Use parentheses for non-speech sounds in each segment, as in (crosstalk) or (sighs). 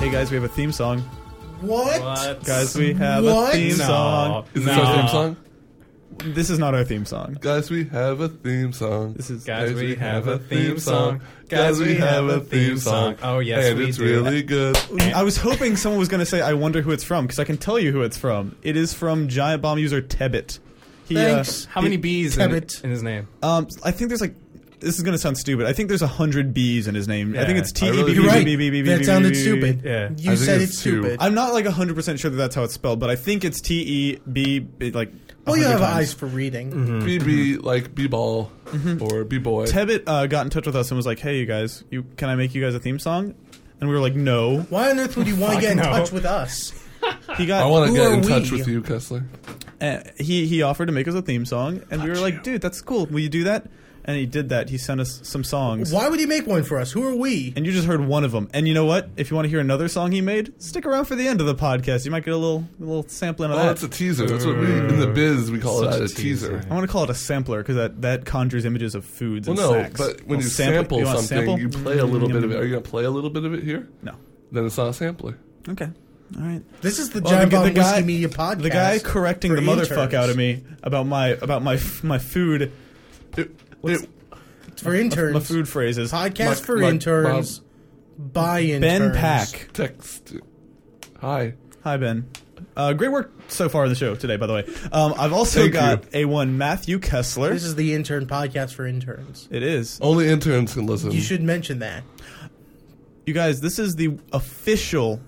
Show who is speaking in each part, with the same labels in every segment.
Speaker 1: we have a theme song.
Speaker 2: What?
Speaker 3: What?
Speaker 1: Guys, we have
Speaker 2: What?
Speaker 1: a theme
Speaker 3: No.
Speaker 1: song.
Speaker 4: Is this
Speaker 3: No.
Speaker 4: our theme song?
Speaker 1: This is not our theme song.
Speaker 4: Guys, we have a theme song.
Speaker 1: This is
Speaker 3: Guys, we have a theme song.
Speaker 4: Guys, we have a theme song.
Speaker 3: Oh, yes,
Speaker 4: and
Speaker 3: we
Speaker 4: it's
Speaker 3: do.
Speaker 4: really good.
Speaker 1: I was hoping someone was going to say, "I wonder who it's from," because I can tell you who it's from. It is from Giant Bomb user Tebbit. He, uh,
Speaker 2: Thanks.
Speaker 3: How many B's in,
Speaker 2: Tebbit.
Speaker 3: in his name?
Speaker 1: um, I think there's like. This is gonna sound stupid. I think there's a hundred B's in his name. I think
Speaker 3: Yeah.
Speaker 1: it's T E
Speaker 4: I
Speaker 1: B.
Speaker 4: really-
Speaker 1: B-
Speaker 2: You're right.
Speaker 1: B- B- B-
Speaker 2: That
Speaker 1: B-
Speaker 2: sounded
Speaker 1: B- B-
Speaker 2: stupid.
Speaker 3: Yeah.
Speaker 2: You
Speaker 4: I think
Speaker 2: said
Speaker 4: it's
Speaker 2: it's
Speaker 4: two.
Speaker 2: stupid.
Speaker 1: I'm not like hundred percent sure that that's how it's spelled, but I think it's T E B. B- Like,
Speaker 2: well, you
Speaker 1: 100
Speaker 2: have
Speaker 1: times.
Speaker 2: eyes for reading.
Speaker 1: Mm-hmm.
Speaker 4: BB, like B ball or B boy.
Speaker 1: Tebbit uh, got in touch with us and was like, "Hey, you guys, you can I make you guys a theme song?" And we were like, "No."
Speaker 2: Why on earth would you want to get in
Speaker 3: no.
Speaker 2: touch with us?
Speaker 1: He
Speaker 4: I
Speaker 1: got
Speaker 4: want to
Speaker 2: Who
Speaker 4: get
Speaker 2: are
Speaker 4: in touch
Speaker 2: we?
Speaker 4: with you, Kessler.
Speaker 1: uh, he he offered to make us a theme song, and we were like, "Dude, that's cool. Will you do that?" And he did that. He sent us some songs,
Speaker 2: Why would he make one for us? Who are we?
Speaker 1: and you just heard one of them. And you know what? If you want to hear another song he made, stick around for the end of the podcast. You might get a little little sampling of
Speaker 4: Oh,
Speaker 1: that.
Speaker 4: that's a teaser. That's what we in the biz we call
Speaker 3: Such
Speaker 4: that
Speaker 3: a
Speaker 4: a teaser.
Speaker 3: teaser.
Speaker 1: I want to call it a sampler because that, that conjures images of foods
Speaker 4: Well,
Speaker 1: and
Speaker 4: no,
Speaker 1: snacks.
Speaker 4: but when
Speaker 1: Well,
Speaker 4: you
Speaker 1: sample- Mm-hmm.
Speaker 4: sample,
Speaker 1: you want to
Speaker 4: something, you play a little bit of it. Are you gonna play a little bit of it here?
Speaker 1: No.
Speaker 4: Then it's not a sampler.
Speaker 1: Okay. All right.
Speaker 2: This is the
Speaker 1: Well,
Speaker 2: Giant
Speaker 1: the- the
Speaker 2: Bomb
Speaker 1: guy-
Speaker 2: Whiskey Media podcast.
Speaker 1: The guy correcting
Speaker 2: for
Speaker 1: the motherfuck
Speaker 2: interns.
Speaker 1: out of me about my about my f- my food
Speaker 4: It,
Speaker 1: What's-
Speaker 4: it-
Speaker 2: It's for interns.
Speaker 1: my food phrases.
Speaker 2: Podcast
Speaker 4: Muck-
Speaker 2: for
Speaker 4: muck-
Speaker 2: interns. By interns.
Speaker 1: Ben Pack.
Speaker 4: text. Hi.
Speaker 1: Hi Ben. Uh, great work so far in the show today, by the way. Um, I've also
Speaker 4: Thank
Speaker 1: got a one Matthew Kessler.
Speaker 2: This is the intern podcast for interns.
Speaker 1: it is.
Speaker 4: Only interns can listen.
Speaker 2: You should mention that.
Speaker 1: You guys, this is the official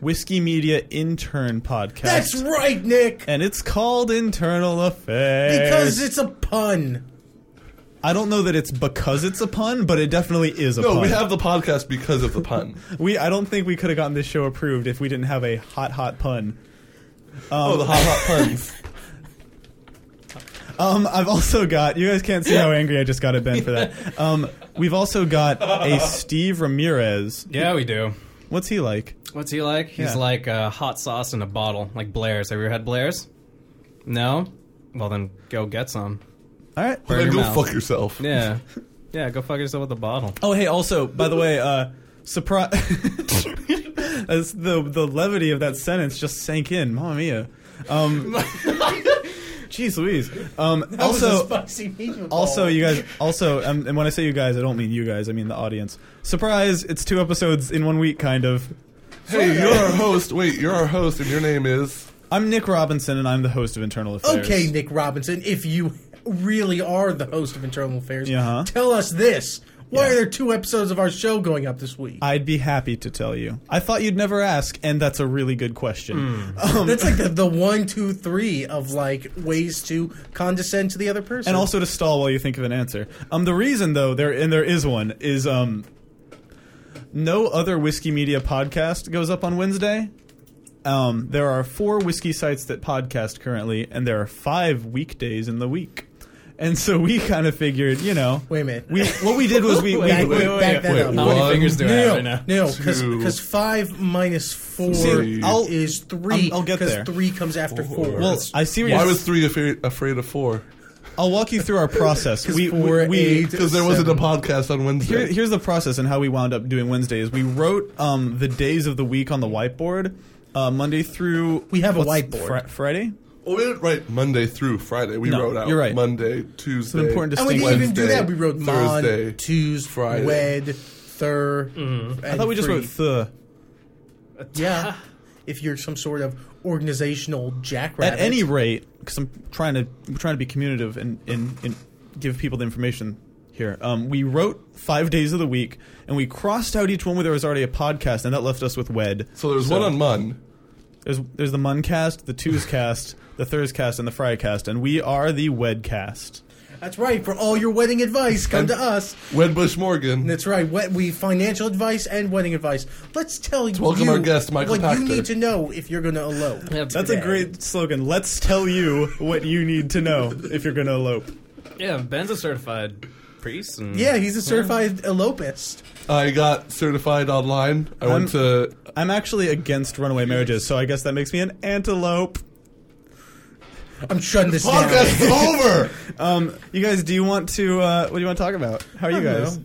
Speaker 1: Whiskey Media intern podcast.
Speaker 2: That's right, Nick.
Speaker 1: and it's called Internal Affairs.
Speaker 2: Because it's a pun. (laughs)
Speaker 1: I don't know that it's because it's a pun, but it definitely is a
Speaker 4: no,
Speaker 1: pun.
Speaker 4: we have the podcast because of the pun.
Speaker 1: We I don't think we could have gotten this show approved if we didn't have a hot hot pun.
Speaker 4: oh, the hot hot puns.
Speaker 1: (laughs) Um, I've also got you guys can't see how angry I just got at Ben for
Speaker 4: (laughs)
Speaker 1: that. Um, we've also got a Steve Ramirez.
Speaker 3: Yeah, we do.
Speaker 1: What's he like?
Speaker 3: What's he like?
Speaker 1: Yeah.
Speaker 3: He's like uh, hot sauce in a bottle, like Blair's. Have you ever had Blair's? No? Well, then go get (laughs) some.
Speaker 1: All right.
Speaker 3: Burn
Speaker 4: Then
Speaker 3: your
Speaker 4: go
Speaker 3: mouth.
Speaker 4: fuck yourself.
Speaker 3: Yeah. yeah, go fuck yourself with a bottle.
Speaker 1: Oh hey, also by the way, uh, surprise. (laughs) As the the levity of that sentence just sank in, Mamma mia. Um,
Speaker 4: (laughs)
Speaker 1: jeez Louise. Um,
Speaker 2: that was
Speaker 1: also,
Speaker 2: a spicy meatball.
Speaker 1: Also, you
Speaker 2: (laughs)
Speaker 1: guys. Also, um, and when I say you guys, I don't mean you guys. I mean the audience. Surprise! It's two episodes in one week, kind of.
Speaker 4: Hey, you're our host. Wait, you're our host, and your name is.
Speaker 1: I'm Nick Robinson, and I'm the host of Internal Affairs.
Speaker 2: Okay, Nick Robinson, if you really are the host of Internal Affairs,
Speaker 1: Uh-huh.
Speaker 2: tell us this. Why
Speaker 1: Yeah.
Speaker 2: are there two episodes of our show going up this week?
Speaker 1: I'd be happy to tell you. I thought you'd never ask, and that's a really good
Speaker 2: Hmm.
Speaker 1: question. Um,
Speaker 2: That's like the, the one, two, three of like ways to condescend to the other person.
Speaker 1: and also to stall while you think of an answer. Um, the reason though there and there is one is um, no other whiskey media podcast goes up on Wednesday. Um, there are four whiskey sites that podcast currently, and there are five weekdays in the week. And so we kind of figured, you know,
Speaker 2: Wait a minute.
Speaker 1: We, what we did was we, we
Speaker 2: Back- (laughs) wait, back that
Speaker 4: wait,
Speaker 2: up.
Speaker 3: How many
Speaker 4: One,
Speaker 3: fingers do I have
Speaker 2: no,
Speaker 3: right now?
Speaker 2: no,
Speaker 4: two,
Speaker 2: because five minus four
Speaker 1: See, I'll-
Speaker 2: is 3
Speaker 1: I'll- I'll get
Speaker 2: because
Speaker 1: there.
Speaker 2: three comes after four.
Speaker 1: Well, I see what
Speaker 4: Why
Speaker 1: you're.
Speaker 4: was three afraid, afraid of four?
Speaker 1: I'll walk you through our
Speaker 2: (laughs)
Speaker 1: process. we
Speaker 2: four,
Speaker 1: we, we
Speaker 2: eight,
Speaker 4: Because there wasn't a podcast on
Speaker 1: Here,
Speaker 4: Wednesday.
Speaker 1: here's the process and how we wound up doing Wednesday is we wrote um, the days of the week on the whiteboard, uh, Monday through.
Speaker 2: We have a
Speaker 1: what's-
Speaker 2: whiteboard.
Speaker 1: Fri- Friday.
Speaker 4: well, Oh, we didn't write Monday through Friday. We
Speaker 1: No,
Speaker 4: wrote out
Speaker 1: you're right.
Speaker 4: Monday, Tuesday.
Speaker 1: important to
Speaker 2: and we didn't even do
Speaker 4: Wednesday,
Speaker 2: that. We wrote
Speaker 4: Thursday,
Speaker 2: Mon, Tues,
Speaker 4: Friday.
Speaker 2: Wed, Thur.
Speaker 3: Mm-hmm.
Speaker 2: and
Speaker 1: I thought we just
Speaker 2: free.
Speaker 1: wrote the.
Speaker 2: Yeah. (laughs) If you're some sort of organizational jackrabbit.
Speaker 1: At any rate, because I'm trying to I'm trying to be communicative and, and, and give people the information here. Um, we wrote five days of the week and we crossed out each one where there was already a podcast, and that left us with Wed.
Speaker 4: So there's one on Mon.
Speaker 1: There's there's the Muncast, the Tuescast, the Thurscast, and the Frycast, and we are the Wedcast.
Speaker 2: That's right. For all your wedding advice, come to us.
Speaker 4: Wedbush Morgan.
Speaker 2: That's right. Wed- we financial advice and wedding advice. Let's tell you
Speaker 4: welcome our guest, Michael
Speaker 2: what you
Speaker 4: Pachter.
Speaker 2: need to know if you're going to elope.
Speaker 1: That's a great slogan. Let's tell you what you need to know if you're going to elope.
Speaker 3: Yeah, Ben's a certified priest. And
Speaker 2: Yeah, he's a certified elopist.
Speaker 4: I got certified online. I went to.
Speaker 1: I'm actually against runaway marriages, so I guess that makes me an antelope.
Speaker 2: I'm shutting this down.
Speaker 4: Podcast is
Speaker 1: (laughs)
Speaker 4: over.
Speaker 1: Um, you guys, do you want to? Uh, what do you want to talk about? How are you
Speaker 2: I don't
Speaker 1: guys?
Speaker 2: know.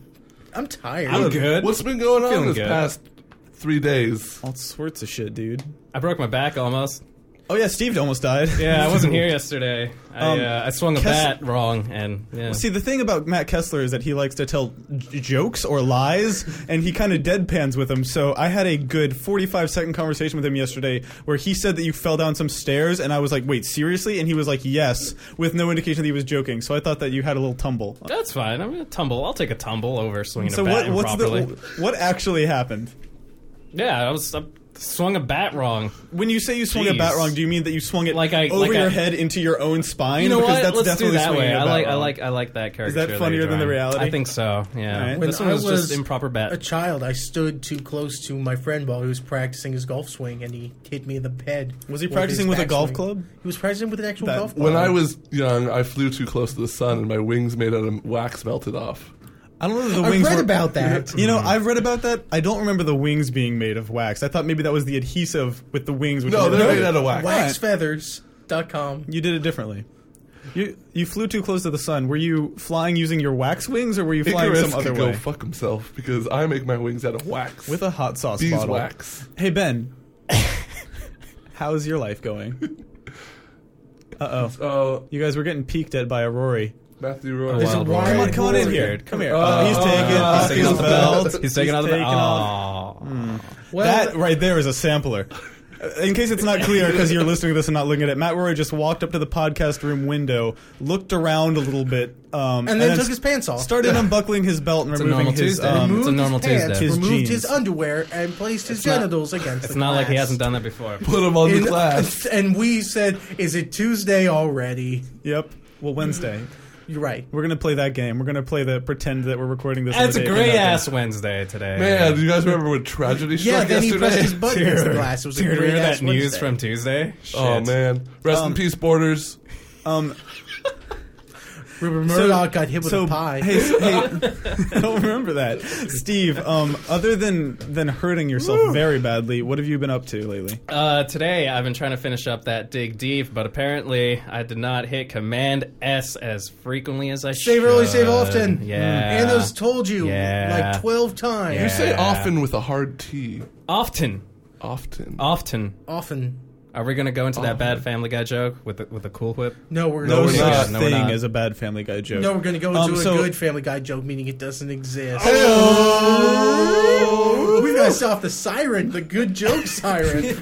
Speaker 2: I'm tired.
Speaker 3: I'm good.
Speaker 4: What's been going on
Speaker 3: Feeling
Speaker 4: this
Speaker 3: good.
Speaker 4: past three days.
Speaker 1: All sorts of shit, dude.
Speaker 3: I broke my back almost.
Speaker 1: Oh yeah, Steve almost died. (laughs)
Speaker 3: Yeah, I wasn't here yesterday. I,
Speaker 1: Um,
Speaker 3: uh, I swung a
Speaker 1: Kes-
Speaker 3: bat wrong, and yeah.
Speaker 1: See, the thing about Matt Kessler is that he likes to tell j- jokes or lies, and he kind of deadpans with them. So I had a good 45 second conversation with him yesterday where he said that you fell down some stairs, and I was like, wait, seriously? And he was like, yes, with no indication that he was joking. So I thought that you had a little tumble.
Speaker 3: that's fine. I'm gonna tumble. I'll take a tumble over swinging
Speaker 1: So
Speaker 3: a bat
Speaker 1: what, what's
Speaker 3: improperly.
Speaker 1: the, what actually happened?
Speaker 3: yeah, I was I swung a bat wrong.
Speaker 1: When you say you swung a
Speaker 3: Jeez.
Speaker 1: bat wrong, do you mean that you swung it
Speaker 3: Like I-
Speaker 1: over
Speaker 3: like
Speaker 1: your
Speaker 3: I-
Speaker 1: head into your own spine?
Speaker 3: You know
Speaker 1: because
Speaker 3: what?
Speaker 1: That's
Speaker 3: Let's do
Speaker 1: definitely
Speaker 3: that
Speaker 1: swinging
Speaker 3: way.
Speaker 1: a
Speaker 3: I
Speaker 1: bat
Speaker 3: like I
Speaker 1: wrong.
Speaker 3: like I like that character.
Speaker 1: that funnier
Speaker 3: you're
Speaker 1: than the
Speaker 3: drawing.
Speaker 1: reality?
Speaker 3: I think so. Yeah.
Speaker 1: right.
Speaker 2: When
Speaker 3: This one was,
Speaker 2: I was
Speaker 3: just improper bat.
Speaker 2: A child, I stood too close to my friend while he was practicing his golf swing, and he hit me in the head.
Speaker 1: Was he
Speaker 2: with
Speaker 1: practicing
Speaker 2: his
Speaker 1: with a golf
Speaker 2: backswing.
Speaker 1: club?
Speaker 2: He was practicing with an actual
Speaker 1: That-
Speaker 2: golf club.
Speaker 4: When I was young, I flew too close to the sun, and my wings made out of wax melted off.
Speaker 1: I don't know if the
Speaker 2: I
Speaker 1: wings
Speaker 2: read
Speaker 1: were-
Speaker 2: about
Speaker 1: (laughs)
Speaker 2: that.
Speaker 1: You know, I've read about that. I don't remember the wings being made of wax. I thought maybe that was the adhesive with the wings. Which
Speaker 4: No,
Speaker 1: was-
Speaker 4: they're made out of wax.
Speaker 2: Waxfeathers.com.
Speaker 1: You did it differently. You you flew too close to the sun. Were you flying using your wax wings, or were you flying
Speaker 4: Icarus
Speaker 1: some other
Speaker 4: could go
Speaker 1: way
Speaker 4: fuck himself because I make my wings out of wax.
Speaker 1: with a hot sauce bottle?
Speaker 4: beeswax.
Speaker 1: Hey
Speaker 4: (laughs)
Speaker 1: Ben, how's your life going? Uh oh,
Speaker 4: Oh,
Speaker 1: you guys were getting peeked at by a Rory.
Speaker 4: Matthew Roy.
Speaker 2: There's a
Speaker 3: Wild
Speaker 2: wire-
Speaker 1: Come on, come on in
Speaker 2: Rory.
Speaker 1: here. Come here.
Speaker 4: Uh,
Speaker 1: he's taking
Speaker 4: uh,
Speaker 1: off
Speaker 4: he's taking
Speaker 1: his
Speaker 4: off the belt.
Speaker 1: belt.
Speaker 3: He's taking out the
Speaker 1: taking off
Speaker 3: belt.
Speaker 2: Well,
Speaker 1: That right there is a sampler. In case it's not clear, because you're listening to this and not looking at it, Matt Roy just walked up to the podcast room window, looked around a little bit, um,
Speaker 2: and then took his pants off.
Speaker 1: started unbuckling his belt and
Speaker 3: a
Speaker 1: removing
Speaker 3: normal
Speaker 1: his.
Speaker 3: Tuesday.
Speaker 1: Um,
Speaker 3: It's
Speaker 2: removed
Speaker 3: a normal
Speaker 2: his pants,
Speaker 3: Tuesday.
Speaker 1: His
Speaker 2: removed
Speaker 1: jeans.
Speaker 2: his underwear, and placed his
Speaker 3: not-
Speaker 2: genitals against.
Speaker 3: It's
Speaker 2: the
Speaker 3: not like he
Speaker 2: glass.
Speaker 3: hasn't done that before.
Speaker 4: Put him on
Speaker 2: In-
Speaker 4: the glass.
Speaker 2: (laughs) And we said, "Is it Tuesday already?"
Speaker 1: (laughs) yep. Well, Wednesday
Speaker 2: You're right.
Speaker 1: we're gonna play that game. We're gonna play the pretend that we're recording this. on
Speaker 3: That's
Speaker 1: the
Speaker 3: a
Speaker 1: day it
Speaker 3: great
Speaker 1: came out.
Speaker 3: ass Wednesday today.
Speaker 4: Man, do you guys remember when tragedy struck
Speaker 2: Yeah, then he
Speaker 4: yesterday?
Speaker 2: pressed his button against the
Speaker 1: Dude.
Speaker 2: glass. It was
Speaker 3: Dude,
Speaker 2: a great
Speaker 3: remember
Speaker 2: ass
Speaker 3: that news
Speaker 2: Wednesday.
Speaker 3: from Tuesday? Shit.
Speaker 4: (laughs) Oh man, rest
Speaker 1: Um,
Speaker 4: in peace, Borders.
Speaker 1: Um,
Speaker 2: Rupert Murdoch got hit with
Speaker 1: so
Speaker 2: a pie.
Speaker 1: hey, s-
Speaker 2: (laughs)
Speaker 1: hey, (laughs) I don't remember that, Steve. Um, other than than hurting yourself very badly, what have you been up to lately?
Speaker 3: Uh, today I've been trying to finish up that dig deep, but apparently I did not hit Command S as frequently as I should.
Speaker 2: Save early, save often. Mm.
Speaker 3: Yeah.
Speaker 2: And those told you
Speaker 3: Yeah.
Speaker 2: like 12 times.
Speaker 3: Yeah.
Speaker 4: You say often with a hard T.
Speaker 3: often,
Speaker 4: Often.
Speaker 3: often.
Speaker 2: Often.
Speaker 3: Are we gonna go into that bad Family Guy joke with the, with the cool whip?
Speaker 2: No, we're
Speaker 1: No
Speaker 2: no,
Speaker 4: No, we're
Speaker 2: going
Speaker 4: not.
Speaker 1: such
Speaker 3: No, we're
Speaker 1: thing
Speaker 3: not.
Speaker 1: as a bad Family Guy joke.
Speaker 2: no, we're going to go into
Speaker 1: Um,
Speaker 2: a
Speaker 1: so-
Speaker 2: good Family Guy joke, meaning it doesn't exist.
Speaker 4: Hey-oh.
Speaker 2: We got to stop the siren, the good joke (laughs) siren.
Speaker 4: Where's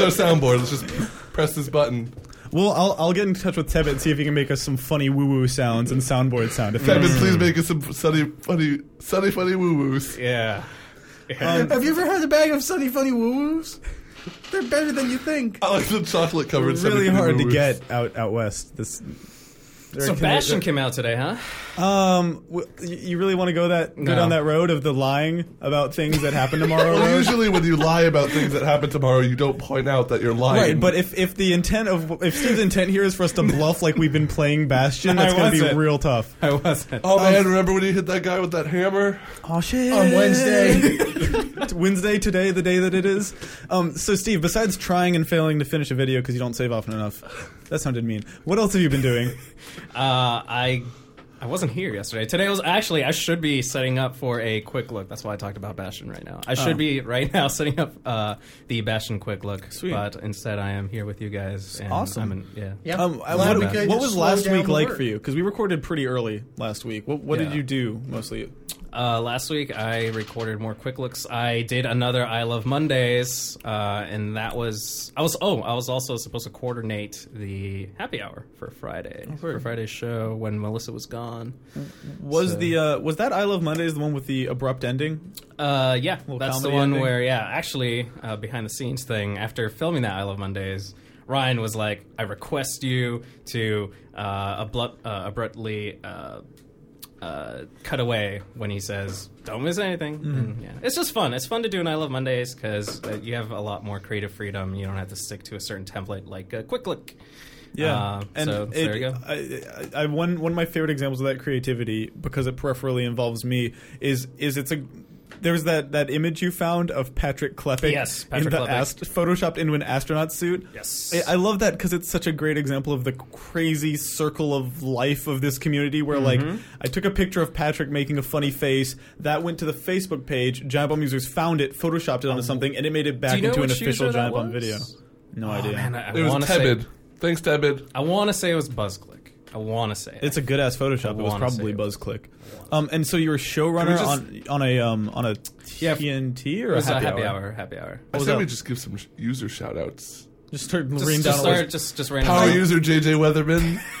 Speaker 4: our soundboard? Let's just press this button.
Speaker 1: Well, I'll, I'll get in touch with Tebbit and see if he can make us some funny woo woo sounds and soundboard sound effects.
Speaker 4: Kevin, please make us some sunny, funny, sunny, funny woo woos.
Speaker 3: Yeah.
Speaker 2: Have you ever had a bag of Sunny Funny Woo Woos? They're better than you think.
Speaker 4: I like the chocolate covered.
Speaker 1: It's really hard to get out out west. This
Speaker 3: Sebastian came out today,
Speaker 2: (laughs)
Speaker 3: huh?
Speaker 1: Um, w- you you really want to go that good
Speaker 3: No.
Speaker 1: on that road of the lying about things that happen tomorrow?
Speaker 4: (laughs) Well,
Speaker 1: road?
Speaker 4: (laughs) usually when you lie about things that happen tomorrow, you don't point out that you're lying.
Speaker 1: (laughs) Right, but if, if the intent of if Steve's intent here is for us to bluff like we've been playing Bastion, that's
Speaker 3: I
Speaker 1: gonna be
Speaker 3: wasn't.
Speaker 1: real tough.
Speaker 3: I wasn't.
Speaker 4: oh man, remember when you hit that guy with that hammer?
Speaker 1: Oh shit!
Speaker 2: On Wednesday.
Speaker 1: It's (laughs) Wednesday today, the day that it is. Um, so, Steve, besides trying and failing to finish a video because you don't save often enough, that sounded mean. What else have you been doing?
Speaker 3: Uh, I I wasn't here yesterday. Today was actually I should be setting up for a quick look. That's why I talked about Bastion right now. I
Speaker 2: Oh.
Speaker 3: should be right now (laughs) setting up uh, the Bastion quick look,
Speaker 1: Sweet.
Speaker 3: but instead I am here with you guys. And
Speaker 1: awesome.
Speaker 3: I'm in- yeah.
Speaker 2: Yeah.
Speaker 1: Um, I-
Speaker 2: Glad we
Speaker 1: what,
Speaker 2: could
Speaker 1: what was
Speaker 2: slow
Speaker 1: last
Speaker 2: down
Speaker 1: week
Speaker 2: the
Speaker 1: like
Speaker 2: work.
Speaker 1: for you? Because we recorded pretty early last week. What, what did
Speaker 3: Yeah.
Speaker 1: you do mostly?
Speaker 3: Uh, last week I recorded more quick looks. I did another I Love Mondays, uh, and that was I was oh I was also supposed to coordinate the happy hour for Friday for Friday's show when Melissa was gone.
Speaker 1: Was the uh, was that I Love Mondays the one with the abrupt ending?
Speaker 3: Uh, yeah, that's the
Speaker 1: comedy
Speaker 3: one
Speaker 1: ending?
Speaker 3: where yeah, actually, uh, behind the scenes thing. After filming that I Love Mondays, Ryan was like, "I request you to uh, abrupt, uh, abruptly uh, uh, cut away when he says, don't miss anything.'"
Speaker 1: Mm-hmm.
Speaker 3: And, yeah, it's just fun. It's fun to do an I Love Mondays because uh, you have a lot more creative freedom. You don't have to stick to a certain template like uh, Quick Look. Uh,
Speaker 1: and
Speaker 3: so,
Speaker 1: it,
Speaker 3: there you go.
Speaker 1: I, I, I one one of my favorite examples of that creativity because it peripherally involves me is is it's a there was that, that image you found of Patrick Klepek.
Speaker 3: Yes,
Speaker 1: in
Speaker 3: Patrick
Speaker 1: the
Speaker 3: Klepek.
Speaker 1: ast- photoshopped into an astronaut suit.
Speaker 3: Yes.
Speaker 1: I, I love that because it's such a great example of the crazy circle of life of this community. Where
Speaker 3: Mm-hmm.
Speaker 1: like, I took a picture of Patrick making a funny face that went to the Facebook page. Giant Bomb users found it, photoshopped it onto something, and it made it back
Speaker 3: Um, Do you know
Speaker 1: into an
Speaker 3: which
Speaker 1: official
Speaker 3: user
Speaker 1: Giant
Speaker 3: that
Speaker 1: Bomb
Speaker 3: was?
Speaker 1: video. No
Speaker 3: Oh,
Speaker 1: idea.
Speaker 3: man, I,
Speaker 4: It was
Speaker 3: want to say
Speaker 4: Tebid. Thanks, Tebid.
Speaker 3: I want to say it was BuzzClick. I want to say it.
Speaker 1: It's a good ass Photoshop. It was
Speaker 3: wanna
Speaker 1: probably
Speaker 3: see it.
Speaker 1: BuzzClick. Um, and so you were showrunner
Speaker 4: Can
Speaker 1: on on a um on a
Speaker 3: Yeah,
Speaker 1: TNT or
Speaker 3: It
Speaker 1: a
Speaker 3: was
Speaker 1: happy,
Speaker 3: hour. Happy hour.
Speaker 4: I
Speaker 1: was
Speaker 4: say
Speaker 1: that?
Speaker 4: we just give some sh- user shout outs.
Speaker 1: Just start
Speaker 3: Just,
Speaker 1: reading
Speaker 3: just
Speaker 1: down. a
Speaker 3: start,
Speaker 1: list.
Speaker 3: just just random.
Speaker 4: Power user JJ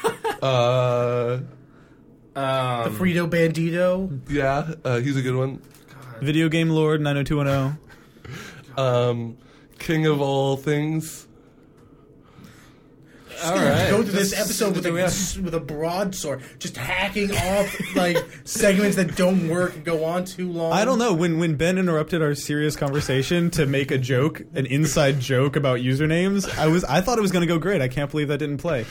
Speaker 4: Weatherman. (laughs) uh,
Speaker 3: Um,
Speaker 2: Frito Bandito.
Speaker 4: yeah, uh, he's a good one.
Speaker 1: Video game lord nine hundred two one oh. zero.
Speaker 4: Um, king of all things. (laughs)
Speaker 3: all right.
Speaker 2: Go through this
Speaker 3: Just-
Speaker 2: episode with a,
Speaker 3: do we have-
Speaker 2: with a broadsword, just hacking
Speaker 1: (laughs)
Speaker 2: off like segments that don't work and go on too long.
Speaker 1: I don't know when when Ben interrupted our serious conversation to make a joke, an inside joke about usernames. I was I thought it was going to go great. I can't believe that didn't play.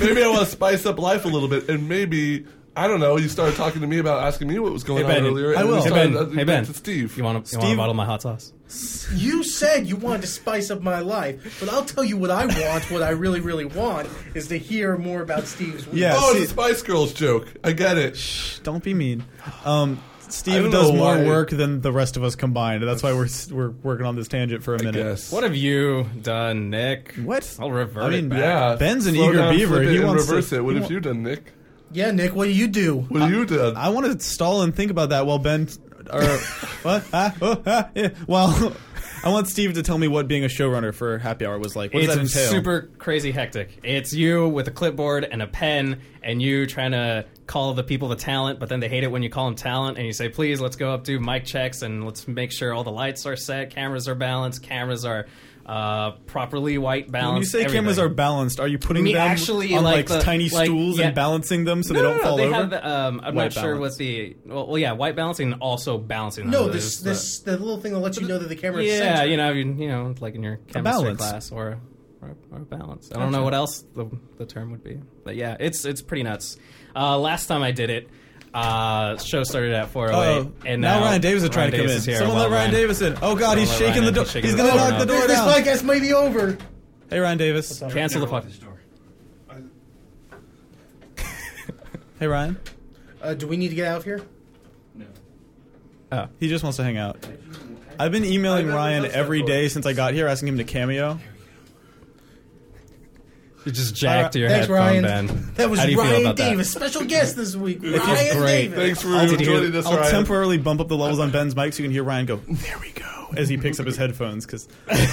Speaker 4: Maybe I want to spice up life a little bit, and maybe I don't know. You started talking to me about asking me what was going
Speaker 1: Hey, Ben,
Speaker 4: on earlier. and
Speaker 1: I
Speaker 4: then
Speaker 1: will.
Speaker 4: you
Speaker 1: Hey,
Speaker 4: started-
Speaker 3: Ben,
Speaker 4: uh, you
Speaker 3: hey, Ben.
Speaker 4: went To Steve.
Speaker 3: You want to
Speaker 1: Steve-
Speaker 3: bottle of my hot sauce?
Speaker 2: You said you wanted to spice up my life, but I'll tell you what I want. what I really, really want is to hear more about Steve's. week.
Speaker 1: Yeah.
Speaker 4: oh,
Speaker 1: see-
Speaker 4: it's a Spice Girls joke. I get it.
Speaker 1: Shh, don't be mean. Um,
Speaker 4: I
Speaker 1: Steve
Speaker 4: don't
Speaker 1: does
Speaker 4: know
Speaker 1: more
Speaker 4: why.
Speaker 1: work than the rest of us combined. That's why we're s- we're working on this tangent for a minute.
Speaker 4: Yes.
Speaker 3: What have you done, Nick?
Speaker 1: What?
Speaker 3: I'll revert
Speaker 1: I mean,
Speaker 3: it back.
Speaker 4: Yeah.
Speaker 1: Ben's an
Speaker 4: Slow
Speaker 1: eager
Speaker 4: down,
Speaker 1: beaver.
Speaker 4: flip it,
Speaker 1: He
Speaker 4: and
Speaker 1: wants to-
Speaker 4: reverse it. What
Speaker 1: he
Speaker 4: have you done, Nick?
Speaker 2: yeah, Nick. What do you do?
Speaker 4: What have you done?
Speaker 1: I want to stall and think about that while Ben,
Speaker 3: (laughs)
Speaker 1: or what? Ah, oh, ah, yeah. Well, (laughs) I want Steve to tell me what being a showrunner for Happy Hour was like. What
Speaker 3: it's
Speaker 1: does that entail?
Speaker 3: super crazy hectic. It's you with a clipboard and a pen, and you trying to call the people the talent, but then they hate it when you call them talent, and you say, "Please, let's go up, do mic checks, and let's make sure all the lights are set, cameras are balanced, cameras are uh, properly white balanced."
Speaker 1: when you say
Speaker 3: everything."
Speaker 1: cameras are balanced, are you putting
Speaker 3: Me
Speaker 1: them
Speaker 3: actually
Speaker 1: on like,
Speaker 3: like the-
Speaker 1: tiny
Speaker 3: like,
Speaker 1: stools
Speaker 3: yeah.
Speaker 1: and balancing them so
Speaker 3: no,
Speaker 1: they
Speaker 3: no,
Speaker 1: don't
Speaker 3: no,
Speaker 1: fall
Speaker 3: they
Speaker 1: over?
Speaker 3: have the, um, I'm
Speaker 1: White
Speaker 3: not sure
Speaker 1: balance.
Speaker 3: what the well, well, yeah, white balancing and also balancing.
Speaker 2: No,
Speaker 3: them.
Speaker 2: this
Speaker 3: There's
Speaker 2: this the little thing that lets you know that the
Speaker 3: the-
Speaker 2: camera is
Speaker 3: yeah,
Speaker 2: censored.
Speaker 3: you know, you, you know, like in your chemistry
Speaker 1: balance.
Speaker 3: class or or, or balance. I don't know what else the, the term would be, but yeah, it's it's pretty nuts. Uh, last time I did it, uh, show started at 4:08,
Speaker 1: Oh,
Speaker 3: and
Speaker 1: now,
Speaker 3: now,
Speaker 1: Ryan Davis is trying
Speaker 3: Ryan
Speaker 1: to come
Speaker 3: Davis
Speaker 1: in.
Speaker 3: is here.
Speaker 1: Someone
Speaker 3: Well,
Speaker 1: let Ryan Davis in. Oh God, he's
Speaker 3: let
Speaker 1: shaking
Speaker 3: Ryan
Speaker 1: the
Speaker 3: in.
Speaker 1: door.
Speaker 3: He's shaking
Speaker 1: He's
Speaker 3: the
Speaker 1: gonna
Speaker 2: Oh,
Speaker 3: door
Speaker 1: knock the
Speaker 3: now.
Speaker 1: door
Speaker 2: this
Speaker 1: down.
Speaker 2: podcast may be over.
Speaker 1: Hey Ryan Davis.
Speaker 2: up?
Speaker 3: Cancel the
Speaker 5: Never lock
Speaker 3: fuck.
Speaker 5: this door.
Speaker 1: Hey Ryan.
Speaker 2: Uh, do we need to get out of here?
Speaker 5: No.
Speaker 3: Oh.
Speaker 1: He just wants to hang out. I've been emailing Ryan every day since I got here, asking him to cameo.
Speaker 3: You just jacked your
Speaker 2: Thanks,
Speaker 3: headphone,
Speaker 2: Ryan.
Speaker 3: Ben.
Speaker 2: That was
Speaker 3: How do you feel
Speaker 2: Ryan
Speaker 3: about
Speaker 2: Davis,
Speaker 3: that?
Speaker 2: special guest this week. Ryan
Speaker 3: great.
Speaker 2: Davis.
Speaker 4: Thanks for
Speaker 1: I'll,
Speaker 4: joining us,
Speaker 1: I'll
Speaker 4: Ryan.
Speaker 1: temporarily bump up the levels on Ben's mic so you can hear Ryan go, there we go, as he picks up his headphones, because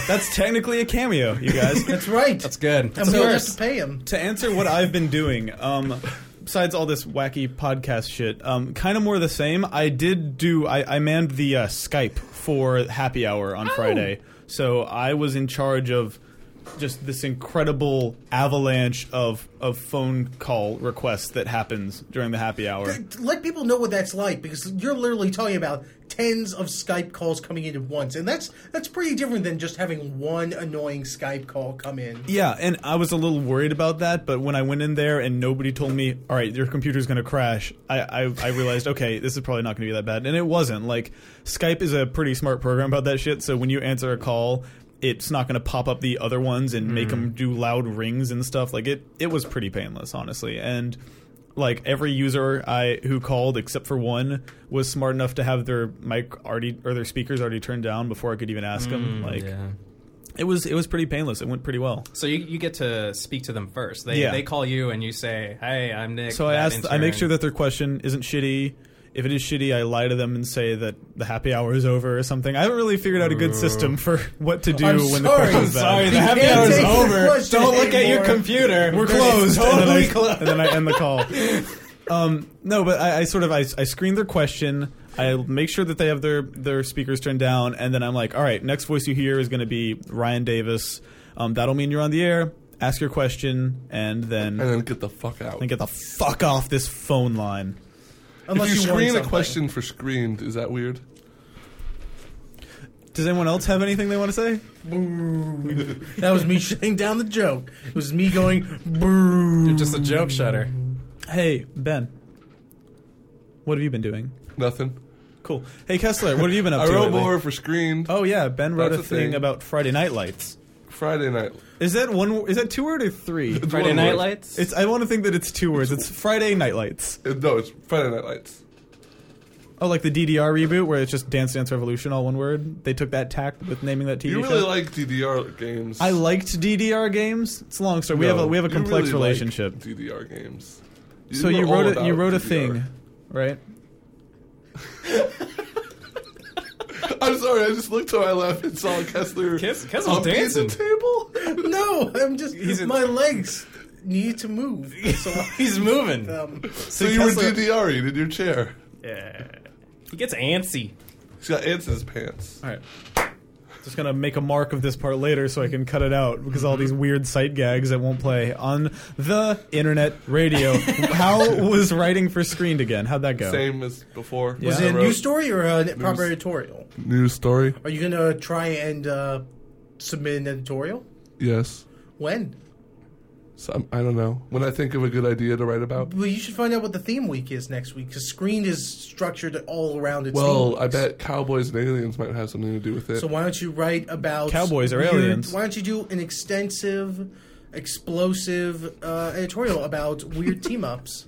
Speaker 1: that's technically a cameo, you guys.
Speaker 2: (laughs) That's right.
Speaker 3: That's good.
Speaker 2: and
Speaker 3: It's
Speaker 2: we don't have
Speaker 3: worse.
Speaker 2: to pay him.
Speaker 1: to answer what I've been doing, um, besides all this wacky podcast shit, um, kind of more the same. I did do. I, I manned the uh, Skype for Happy Hour on Friday, so I was in charge of just this incredible avalanche of of phone call requests that happens during the happy hour.
Speaker 2: Let people know what that's like because you're literally talking about tens of Skype calls coming in at once, and that's that's pretty different than just having one annoying Skype call come in.
Speaker 1: Yeah, and I was a little worried about that, but when I went in there and nobody told me, "All right, your computer's going to crash," I, I I realized, okay, this is probably not going to be that bad, and it wasn't. Like Skype is a pretty smart program about that shit, so when you answer a call, it's not going to pop up the other ones and make 'em make them do loud rings and stuff. Like it it was pretty painless, honestly, and. Like every user I who called except for one was smart enough to have their mic already or their speakers already turned down before I could even ask them. Like
Speaker 3: Yeah.
Speaker 1: it was it was pretty painless. It went pretty well.
Speaker 3: So you, you get to speak to them first. They
Speaker 1: Yeah.
Speaker 3: they call you and you say, "Hey, I'm Nick."
Speaker 1: So I
Speaker 3: that
Speaker 1: asked, I make
Speaker 3: intern."
Speaker 1: sure that their question isn't shitty. If it is shitty, I lie to them and say that the happy hour is over or something. I haven't really figured out a good system for what to do
Speaker 2: I'm
Speaker 1: when the
Speaker 2: sorry.
Speaker 1: question's
Speaker 2: I'm
Speaker 1: bad.
Speaker 3: Sorry, the
Speaker 2: You
Speaker 3: happy
Speaker 2: can't
Speaker 3: hour is
Speaker 2: take the
Speaker 3: over.
Speaker 2: question
Speaker 3: Don't look at your
Speaker 2: anymore.
Speaker 3: computer.
Speaker 1: We're closed. and, then I,
Speaker 3: Totally
Speaker 1: (laughs)
Speaker 3: closed.
Speaker 1: and then I end the call. Um, no, but I, I sort of I, I screen their question. I make sure that they have their their speakers turned down, and then I'm like, all right, next voice you hear is going to be Ryan Davis. Um, that'll mean you're on the air. Ask your question, and then
Speaker 4: and then get the fuck out.
Speaker 1: and get the fuck off this phone line.
Speaker 4: if
Speaker 2: Unless
Speaker 4: you,
Speaker 2: want
Speaker 4: screen a
Speaker 2: something.
Speaker 4: question for screened, is that weird?
Speaker 1: Does anyone else have anything they want to say?
Speaker 2: Boo.
Speaker 3: (laughs)
Speaker 2: that was me shutting down the joke. It was me going boo.
Speaker 3: You're just a joke shutter.
Speaker 1: Hey, Ben. What have you been doing?
Speaker 4: Nothing.
Speaker 1: Cool. Hey Kessler, what have you been up
Speaker 4: I
Speaker 1: to?
Speaker 4: wrote
Speaker 1: lately?
Speaker 4: more for screened
Speaker 1: Oh yeah, Ben wrote
Speaker 4: That's
Speaker 1: a
Speaker 4: a
Speaker 1: thing
Speaker 4: thing.
Speaker 1: about Friday Night Lights.
Speaker 4: Friday night.
Speaker 1: Is that one? Is that two word or three?
Speaker 4: (laughs)
Speaker 3: Friday
Speaker 4: one
Speaker 3: Night
Speaker 4: word.
Speaker 3: Lights.
Speaker 1: It's. I want to think that it's two words. It's Friday Night Lights.
Speaker 4: Uh, No, it's Friday Night Lights.
Speaker 1: Oh, like the DDR reboot where it's just Dance Dance Revolution, all one word. They took that tact with naming that TV
Speaker 4: You
Speaker 1: show.
Speaker 4: really like DDR games.
Speaker 1: I liked DDR games. It's a long story. We
Speaker 4: No,
Speaker 1: have a we have a
Speaker 4: you
Speaker 1: complex
Speaker 4: really like
Speaker 1: relationship.
Speaker 4: DDR games.
Speaker 1: so
Speaker 4: were
Speaker 1: you
Speaker 4: all
Speaker 1: wrote a,
Speaker 4: about
Speaker 1: you wrote a
Speaker 4: DDR.
Speaker 1: thing, right?
Speaker 4: I'm sorry. I just looked to my left and saw
Speaker 1: (laughs)
Speaker 4: Kessler.
Speaker 3: Kess- Kessler's
Speaker 4: on the
Speaker 3: dancing.
Speaker 4: table.
Speaker 2: No, I'm just
Speaker 3: in-
Speaker 2: my legs need to move. So (laughs)
Speaker 3: He's moving.
Speaker 2: um,
Speaker 4: So you were DDRing in your chair.
Speaker 3: Yeah. He gets antsy.
Speaker 4: He's got ants in his pants.
Speaker 1: All right. Just gonna make a mark of this part later so I can cut it out because all these weird sight gags that won't play on the internet
Speaker 4: (laughs)
Speaker 1: radio. How was writing for screened again? How'd that go?
Speaker 4: Same as before.
Speaker 1: Yeah.
Speaker 2: was
Speaker 4: I
Speaker 2: it a
Speaker 4: wrote-
Speaker 2: news story or a proper editorial?
Speaker 4: News story.
Speaker 2: Are you gonna try and uh, submit an editorial?
Speaker 4: Yes.
Speaker 2: When?
Speaker 4: Some, I don't know. When I think of a good idea to write about.
Speaker 2: Well, you should find out what the theme week is next week because Screened is structured all around its. theme
Speaker 4: Well, I
Speaker 2: weeks.
Speaker 4: bet cowboys and aliens might have something to do with it.
Speaker 2: So why don't you write about
Speaker 1: Cowboys are
Speaker 2: weird-
Speaker 1: aliens.
Speaker 2: Why don't you do an extensive, explosive uh, editorial about weird (laughs) team ups?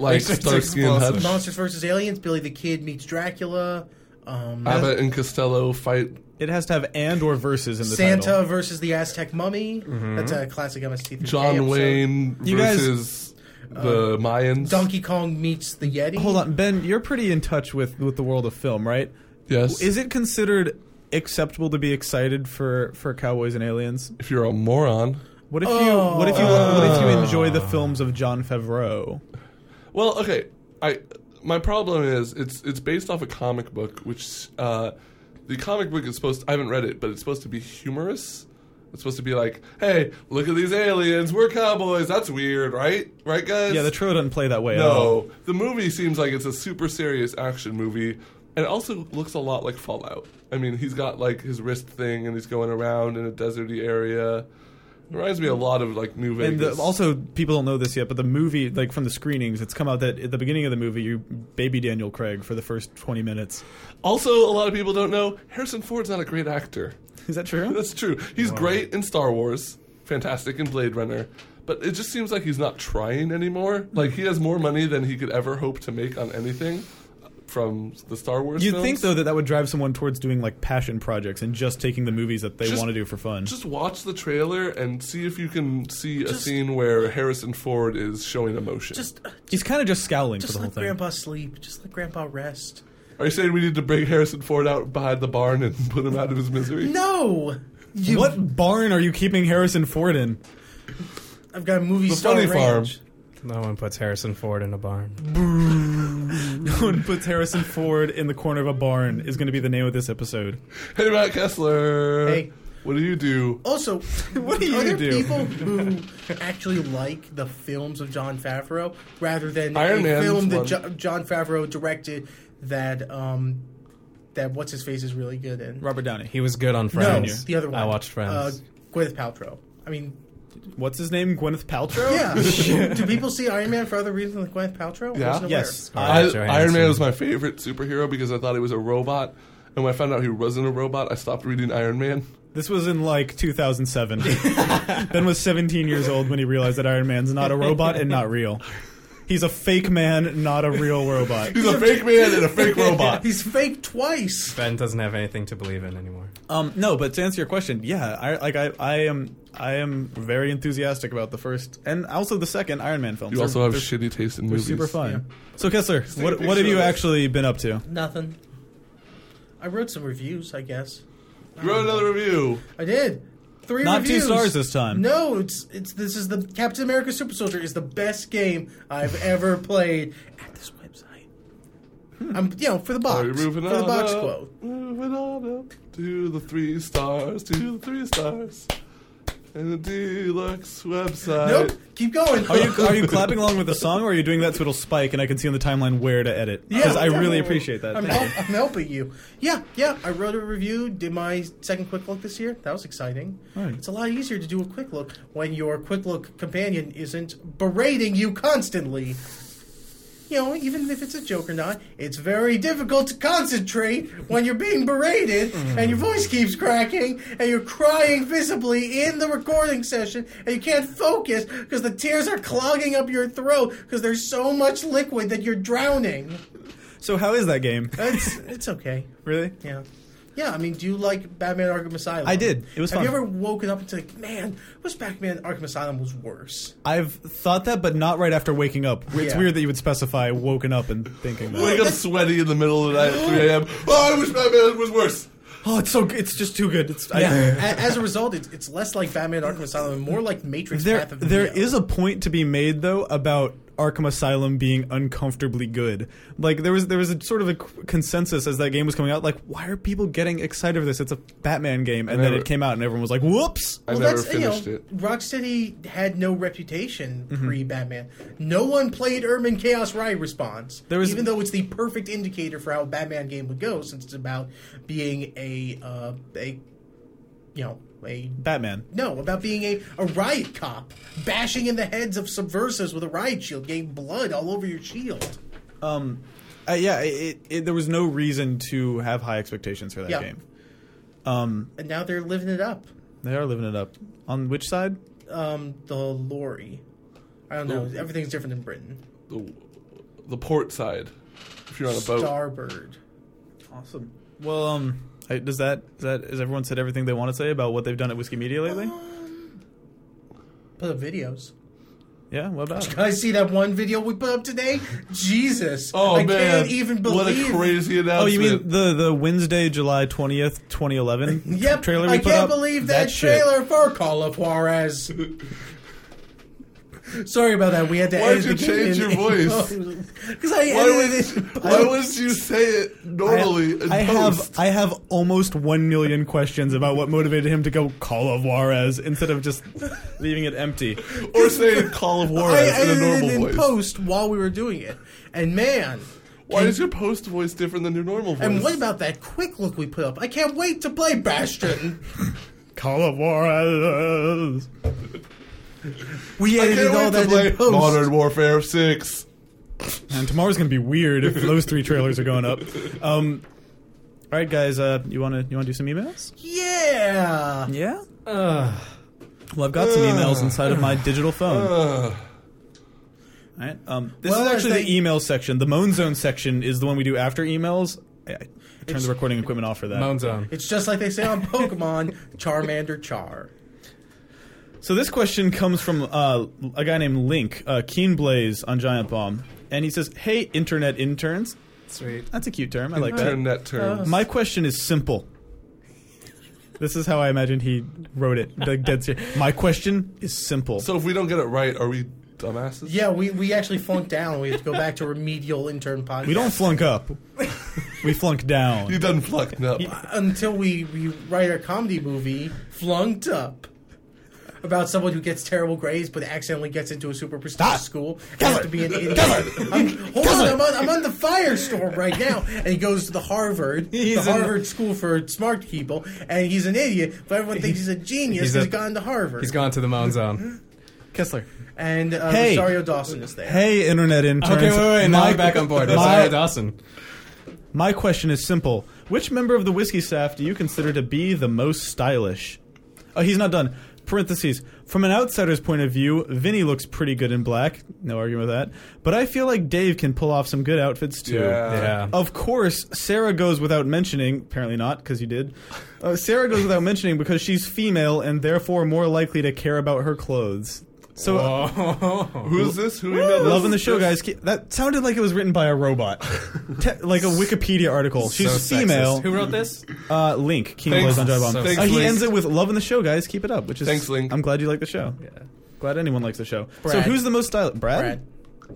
Speaker 4: like
Speaker 3: It's- it's
Speaker 4: Starsky and
Speaker 3: explosive.
Speaker 4: Hutch.
Speaker 2: Monsters versus Aliens. Billy the Kid meets Dracula. Um,
Speaker 4: Abbott and Costello fight.
Speaker 1: It has to have and or verses in the
Speaker 2: Santa
Speaker 1: title. Mm-hmm.
Speaker 2: versus the Aztec Mummy. That's a classic MST.
Speaker 4: John Wayne
Speaker 1: You guys- uh,
Speaker 4: versus the Mayans.
Speaker 2: Donkey Kong meets the Yeti.
Speaker 1: Hold on, Ben. You're pretty in touch with with the world of film, right?
Speaker 4: Yes.
Speaker 1: Is it considered acceptable to be excited for for cowboys and aliens?
Speaker 4: if you're a moron.
Speaker 1: What if you what if you what if you enjoy the films of John Favreau?
Speaker 4: Well, okay. I my problem is it's it's based off a comic book, which uh, the comic book is supposed. I haven't read it, but it's supposed to be humorous. It's supposed to be like, "Hey, look at these aliens. We're cowboys. That's weird, right? Right, guys?
Speaker 1: Yeah, the tro doesn't play that way. at all.
Speaker 4: no. The movie seems like it's a super serious action movie, and it also looks a lot like Fallout. I mean, he's got like his wrist thing, and he's going around in a deserty area. It reminds me a lot of like New
Speaker 1: And
Speaker 4: Vegas.
Speaker 1: the, also, people don't know this yet, but the movie, like from the screenings, it's come out that at the beginning of the movie, you baby Daniel Craig for the first twenty minutes.
Speaker 4: Also, a lot of people don't know Harrison Ford's not a great actor.
Speaker 1: (laughs)
Speaker 4: (laughs)
Speaker 1: Is that true?
Speaker 4: That's true. He's great in Star Wars, fantastic in Blade Runner, but it just seems like he's not trying anymore. Like he has more money than he could ever hope to make on anything from the Star Wars.
Speaker 1: You'd
Speaker 4: films.
Speaker 1: think though that that would drive someone towards doing like passion projects and just taking the movies that they
Speaker 4: Just-
Speaker 1: want to do for fun.
Speaker 4: Just watch the trailer and see if you can see a scene where Harrison Ford is showing emotion.
Speaker 2: Just, uh,
Speaker 1: He's kind of just scowling for
Speaker 2: just
Speaker 1: the whole
Speaker 2: let
Speaker 1: thing.
Speaker 2: Grandpa sleep. Just let Grandpa rest.
Speaker 4: Are you saying we need to bring Harrison Ford out behind the barn and put him out of his misery?
Speaker 1: (laughs)
Speaker 2: No, you,
Speaker 1: What barn are you keeping Harrison Ford in?
Speaker 2: I've got a movie
Speaker 4: The
Speaker 2: star
Speaker 4: funny farm.
Speaker 2: range.
Speaker 3: No one puts Harrison Ford in a barn.
Speaker 1: No one puts Harrison Ford in the corner of a barn is going to be the name of this episode.
Speaker 4: Hey, Matt Kessler.
Speaker 2: Hey.
Speaker 4: What do you do?
Speaker 2: Also,
Speaker 1: (laughs) What do
Speaker 2: are
Speaker 1: you
Speaker 2: there
Speaker 1: do?
Speaker 2: people who actually like the films of John Favreau rather than
Speaker 4: Iron
Speaker 2: a
Speaker 4: Man's
Speaker 2: film that
Speaker 4: one.
Speaker 2: jo- John Favreau directed that um that what's his face is really good in?
Speaker 1: Robert Downey.
Speaker 3: He was good on
Speaker 2: No,
Speaker 3: Friends.
Speaker 2: the other one.
Speaker 3: I watched Friends.
Speaker 2: Uh, Gwyneth Paltrow. I mean,
Speaker 1: What's his name? Gwyneth Paltrow.
Speaker 4: (laughs)
Speaker 2: yeah. do people see Iron Man for other reasons than Gwyneth Paltrow? I wasn't
Speaker 4: Oh. Yeah.
Speaker 1: (laughs)
Speaker 2: aware. (laughs)
Speaker 1: Yes.
Speaker 4: I,
Speaker 3: Scarlett Johansson.
Speaker 4: Iron Man was my favorite superhero because I thought he was a robot, and when I found out he wasn't a robot, I stopped reading Iron
Speaker 1: (laughs)
Speaker 4: Man.
Speaker 1: This was in like 2007. (laughs) ben was 17 years old when he realized that Iron Man's not a robot and not real. He's a fake man, not a real robot.
Speaker 4: He's a fake man and a
Speaker 1: (laughs)
Speaker 4: fake robot.
Speaker 2: He's fake twice.
Speaker 3: ben doesn't have anything to believe in anymore.
Speaker 1: Um, no, but to answer your question, yeah, I like I, I am I am very enthusiastic about the first and also the second Iron Man film.
Speaker 4: You also have shitty taste in movies.
Speaker 1: super fun. So Kessler,
Speaker 4: a
Speaker 1: what what
Speaker 4: picture
Speaker 1: have you
Speaker 4: of it.
Speaker 1: actually been up to?
Speaker 2: Nothing. I wrote some reviews, I guess.
Speaker 4: You wrote another review.
Speaker 2: I did. Three
Speaker 1: Not two
Speaker 2: reviews.
Speaker 1: stars this time.
Speaker 2: No, it's it's this is the Captain America Super Soldier is the best game I've ever played at this website. I'm you know for the box
Speaker 4: Hmm. Are you
Speaker 2: for
Speaker 4: moving
Speaker 2: the
Speaker 4: on
Speaker 2: box
Speaker 4: up,
Speaker 2: quote.
Speaker 4: Moving on up to the three stars, to the three stars, and the deluxe website.
Speaker 2: Nope, keep going.
Speaker 1: Are you are you clapping along with the song, or are you doing that so it'll spike and I can see on the timeline where to edit? Because I really appreciate that.
Speaker 2: I'm,
Speaker 1: Thank you.
Speaker 2: help- I'm helping you. Yeah, yeah. I wrote a review, did my second quick look this year. That was exciting.
Speaker 1: Right.
Speaker 2: It's a lot easier to do a quick look when your quick look companion isn't berating you constantly. you know, even if it's a joke or not, it's very difficult to concentrate when you're being berated and your voice keeps cracking and you're crying visibly in the recording session and you can't focus because the tears are clogging up your throat because there's so much liquid that you're drowning.
Speaker 1: So how is that game?
Speaker 2: It's it's okay.
Speaker 1: really?
Speaker 2: Yeah. Yeah, I mean, do you like Batman Arkham Asylum?
Speaker 1: I did. It was
Speaker 2: Have
Speaker 1: fun.
Speaker 2: you ever woken up and said, man, wish Batman Arkham Asylum was worse?
Speaker 1: I've thought that, but not right after waking up. It's
Speaker 2: Yeah.
Speaker 1: weird that you would specify woken up and thinking that.
Speaker 4: Wake up sweaty in the middle of the night at 3
Speaker 2: (gasps)
Speaker 4: a.m. Oh, I wish my man was worse.
Speaker 1: Oh, it's so. It's just too good. It's,
Speaker 2: Yeah.
Speaker 1: I,
Speaker 2: A- As a result, it's, it's less like Batman Arkham Asylum and more like Matrix
Speaker 1: There,
Speaker 2: Path of
Speaker 1: there
Speaker 2: Neo.
Speaker 1: is a point to be made though about Arkham Asylum being uncomfortably good. Like there was, there was a sort of a c- consensus as that game was coming out. Like, why are people getting excited for this? It's a Batman game, and then
Speaker 4: never-
Speaker 1: it came out, and everyone was like, "Whoops!"
Speaker 4: I
Speaker 2: well,
Speaker 4: never
Speaker 2: that's,
Speaker 4: finished
Speaker 2: you know,
Speaker 4: it.
Speaker 2: Rocksteady had no reputation
Speaker 1: Mm-hmm.
Speaker 2: pre Batman. No one played Urban Chaos Riot Response,
Speaker 1: There was-
Speaker 2: even though it's the perfect indicator for how a Batman game would go, since it's about being a uh, a you know a
Speaker 1: Batman.
Speaker 2: no about being a, a riot cop bashing in the heads of subversives with a riot shield, getting blood all over your shield.
Speaker 1: Um, uh, yeah, it, it, there was no reason to have high expectations for that
Speaker 2: Yeah.
Speaker 1: game. Um,
Speaker 2: And now they're living it up.
Speaker 1: they are living it up. On which side?
Speaker 2: Um, the lorry. I don't know.
Speaker 4: The-
Speaker 2: Everything's different in Britain.
Speaker 4: The, the port side. If you're on a boat.
Speaker 2: Starbird.
Speaker 1: Awesome. Well, um, I, does that is that has everyone said everything they want to say about what they've done at Whiskey Media lately?
Speaker 2: Uh, Um, Put up videos.
Speaker 1: Yeah. What about?
Speaker 2: (laughs)
Speaker 1: it?
Speaker 2: I see that one video we put up
Speaker 4: (laughs)
Speaker 2: today. Jesus.
Speaker 4: Oh,
Speaker 2: I
Speaker 4: man.
Speaker 2: can't even
Speaker 4: What
Speaker 2: believe.
Speaker 4: a crazy
Speaker 1: Oh,
Speaker 4: announcement.
Speaker 1: you mean the the Wednesday, July twentieth, twenty eleven
Speaker 2: (laughs) Yep,
Speaker 1: trailer? We
Speaker 2: I
Speaker 1: put
Speaker 2: can't
Speaker 1: up?
Speaker 2: believe that,
Speaker 1: shit.
Speaker 2: trailer for Call of Juarez. Sorry about that. We had to.
Speaker 4: Why'd
Speaker 2: edit
Speaker 4: you
Speaker 2: the
Speaker 4: change
Speaker 2: (laughs)
Speaker 4: your voice?
Speaker 2: Because I
Speaker 4: Why
Speaker 2: edited
Speaker 4: would,
Speaker 2: it.
Speaker 4: why would you say it
Speaker 1: I,
Speaker 4: normally in
Speaker 1: I have
Speaker 4: post?
Speaker 1: I have almost one million questions about what motivated him to go Call of Juarez instead of
Speaker 2: (laughs)
Speaker 1: just leaving it empty.
Speaker 4: or say it Call of
Speaker 2: I
Speaker 4: Juarez in a
Speaker 2: edited
Speaker 4: normal
Speaker 2: it in
Speaker 4: voice.
Speaker 2: post while we were doing it, and man.
Speaker 4: Why is your post voice different than your normal voice?
Speaker 2: And what about that quick look we put up? I can't wait to play
Speaker 4: (laughs)
Speaker 2: Bastion.
Speaker 1: Call of Juarez.
Speaker 2: We
Speaker 4: I
Speaker 2: edited
Speaker 4: can't
Speaker 2: all
Speaker 4: wait to
Speaker 2: that in
Speaker 4: play
Speaker 2: post.
Speaker 4: Modern Warfare 6.
Speaker 1: And tomorrow's gonna be weird if those three trailers are
Speaker 2: (laughs)
Speaker 1: going up. Um, all right, guys, uh, you wanna you wanna do some emails?
Speaker 2: Yeah.
Speaker 1: Yeah.
Speaker 3: Ugh.
Speaker 1: Well, I've got some emails inside of my digital phone.
Speaker 4: Ugh.
Speaker 1: All right. Um, this
Speaker 2: Well,
Speaker 1: is actually
Speaker 2: I
Speaker 1: the
Speaker 2: think-
Speaker 1: email section. The Moan Zone section is the one we do after emails. I, I turned
Speaker 2: It's-
Speaker 1: the recording equipment off for that.
Speaker 3: Moan zone.
Speaker 2: It's just like they say on Pokemon, Charmander Char.
Speaker 1: So this question comes from uh, a guy named Link, uh, Keen Blaze on Giant Bomb, and he says, "Hey, internet interns."
Speaker 3: Sweet.
Speaker 1: That's a cute term. I like
Speaker 4: Turn
Speaker 1: that. Uh,
Speaker 4: that turn.
Speaker 1: My question is simple. This is how I imagined he wrote it. Like dead serious. My question is simple.
Speaker 4: so if we don't get it right, are we dumbasses?
Speaker 2: Yeah, we, we actually flunked down. We have to go back to remedial intern podcast.
Speaker 1: we don't flunk up.
Speaker 3: (laughs)
Speaker 1: we flunk
Speaker 4: You
Speaker 1: down.
Speaker 4: done flucked up.
Speaker 2: until we, we write our comedy movie flunked up about someone who gets terrible grades but accidentally gets into a super prestigious school and has to be an idiot. I'm, hold on, I'm on, I'm on the firestorm right now. And he goes to the Harvard,
Speaker 3: He's
Speaker 2: the
Speaker 3: an-
Speaker 2: Harvard School for Smart People, and he's an idiot, but everyone thinks he's a genius
Speaker 3: He's
Speaker 2: because
Speaker 3: a-
Speaker 2: he's gone to Harvard.
Speaker 3: He's gone to the moan zone.
Speaker 1: Kessler.
Speaker 2: and uh,
Speaker 1: Hey.
Speaker 2: Rosario Dawson is there.
Speaker 1: Hey, internet interns.
Speaker 3: Okay, wait, wait, wait. Now
Speaker 1: My-
Speaker 3: I'm back on board.
Speaker 1: my-
Speaker 3: Rosario Dawson.
Speaker 1: My question is simple. Which member of the whiskey staff do you consider to be the most stylish? Oh, he's not done. Parentheses. From an outsider's point of view, Vinny looks pretty good in black. No argument with that. But I feel like Dave can pull off some good outfits too.
Speaker 4: Yeah.
Speaker 3: Yeah.
Speaker 1: Of course, Sarah goes without mentioning. Apparently not, because you did. Uh, Sarah goes without mentioning because she's female and therefore more likely to care about her clothes. So,
Speaker 3: Oh.
Speaker 4: Who's this? Who emailed
Speaker 1: loving the
Speaker 4: this?
Speaker 1: show, guys. Ke- That sounded like it was written by a
Speaker 4: (laughs)
Speaker 1: robot, Te- like a Wikipedia article. She's
Speaker 3: So
Speaker 1: female.
Speaker 3: sexist. Who wrote this?
Speaker 1: Uh, Link, King
Speaker 4: Thanks.
Speaker 1: Boys on Dry Bomb.
Speaker 3: So
Speaker 1: Uh,
Speaker 4: Thanks,
Speaker 1: he
Speaker 4: Link.
Speaker 1: ends it with "Love in the show, guys. Keep it up." Which is
Speaker 4: Thanks, Link.
Speaker 1: I'm glad you like the show. Glad anyone likes the show. So
Speaker 2: Brad.
Speaker 1: who's the most stylish? Brad?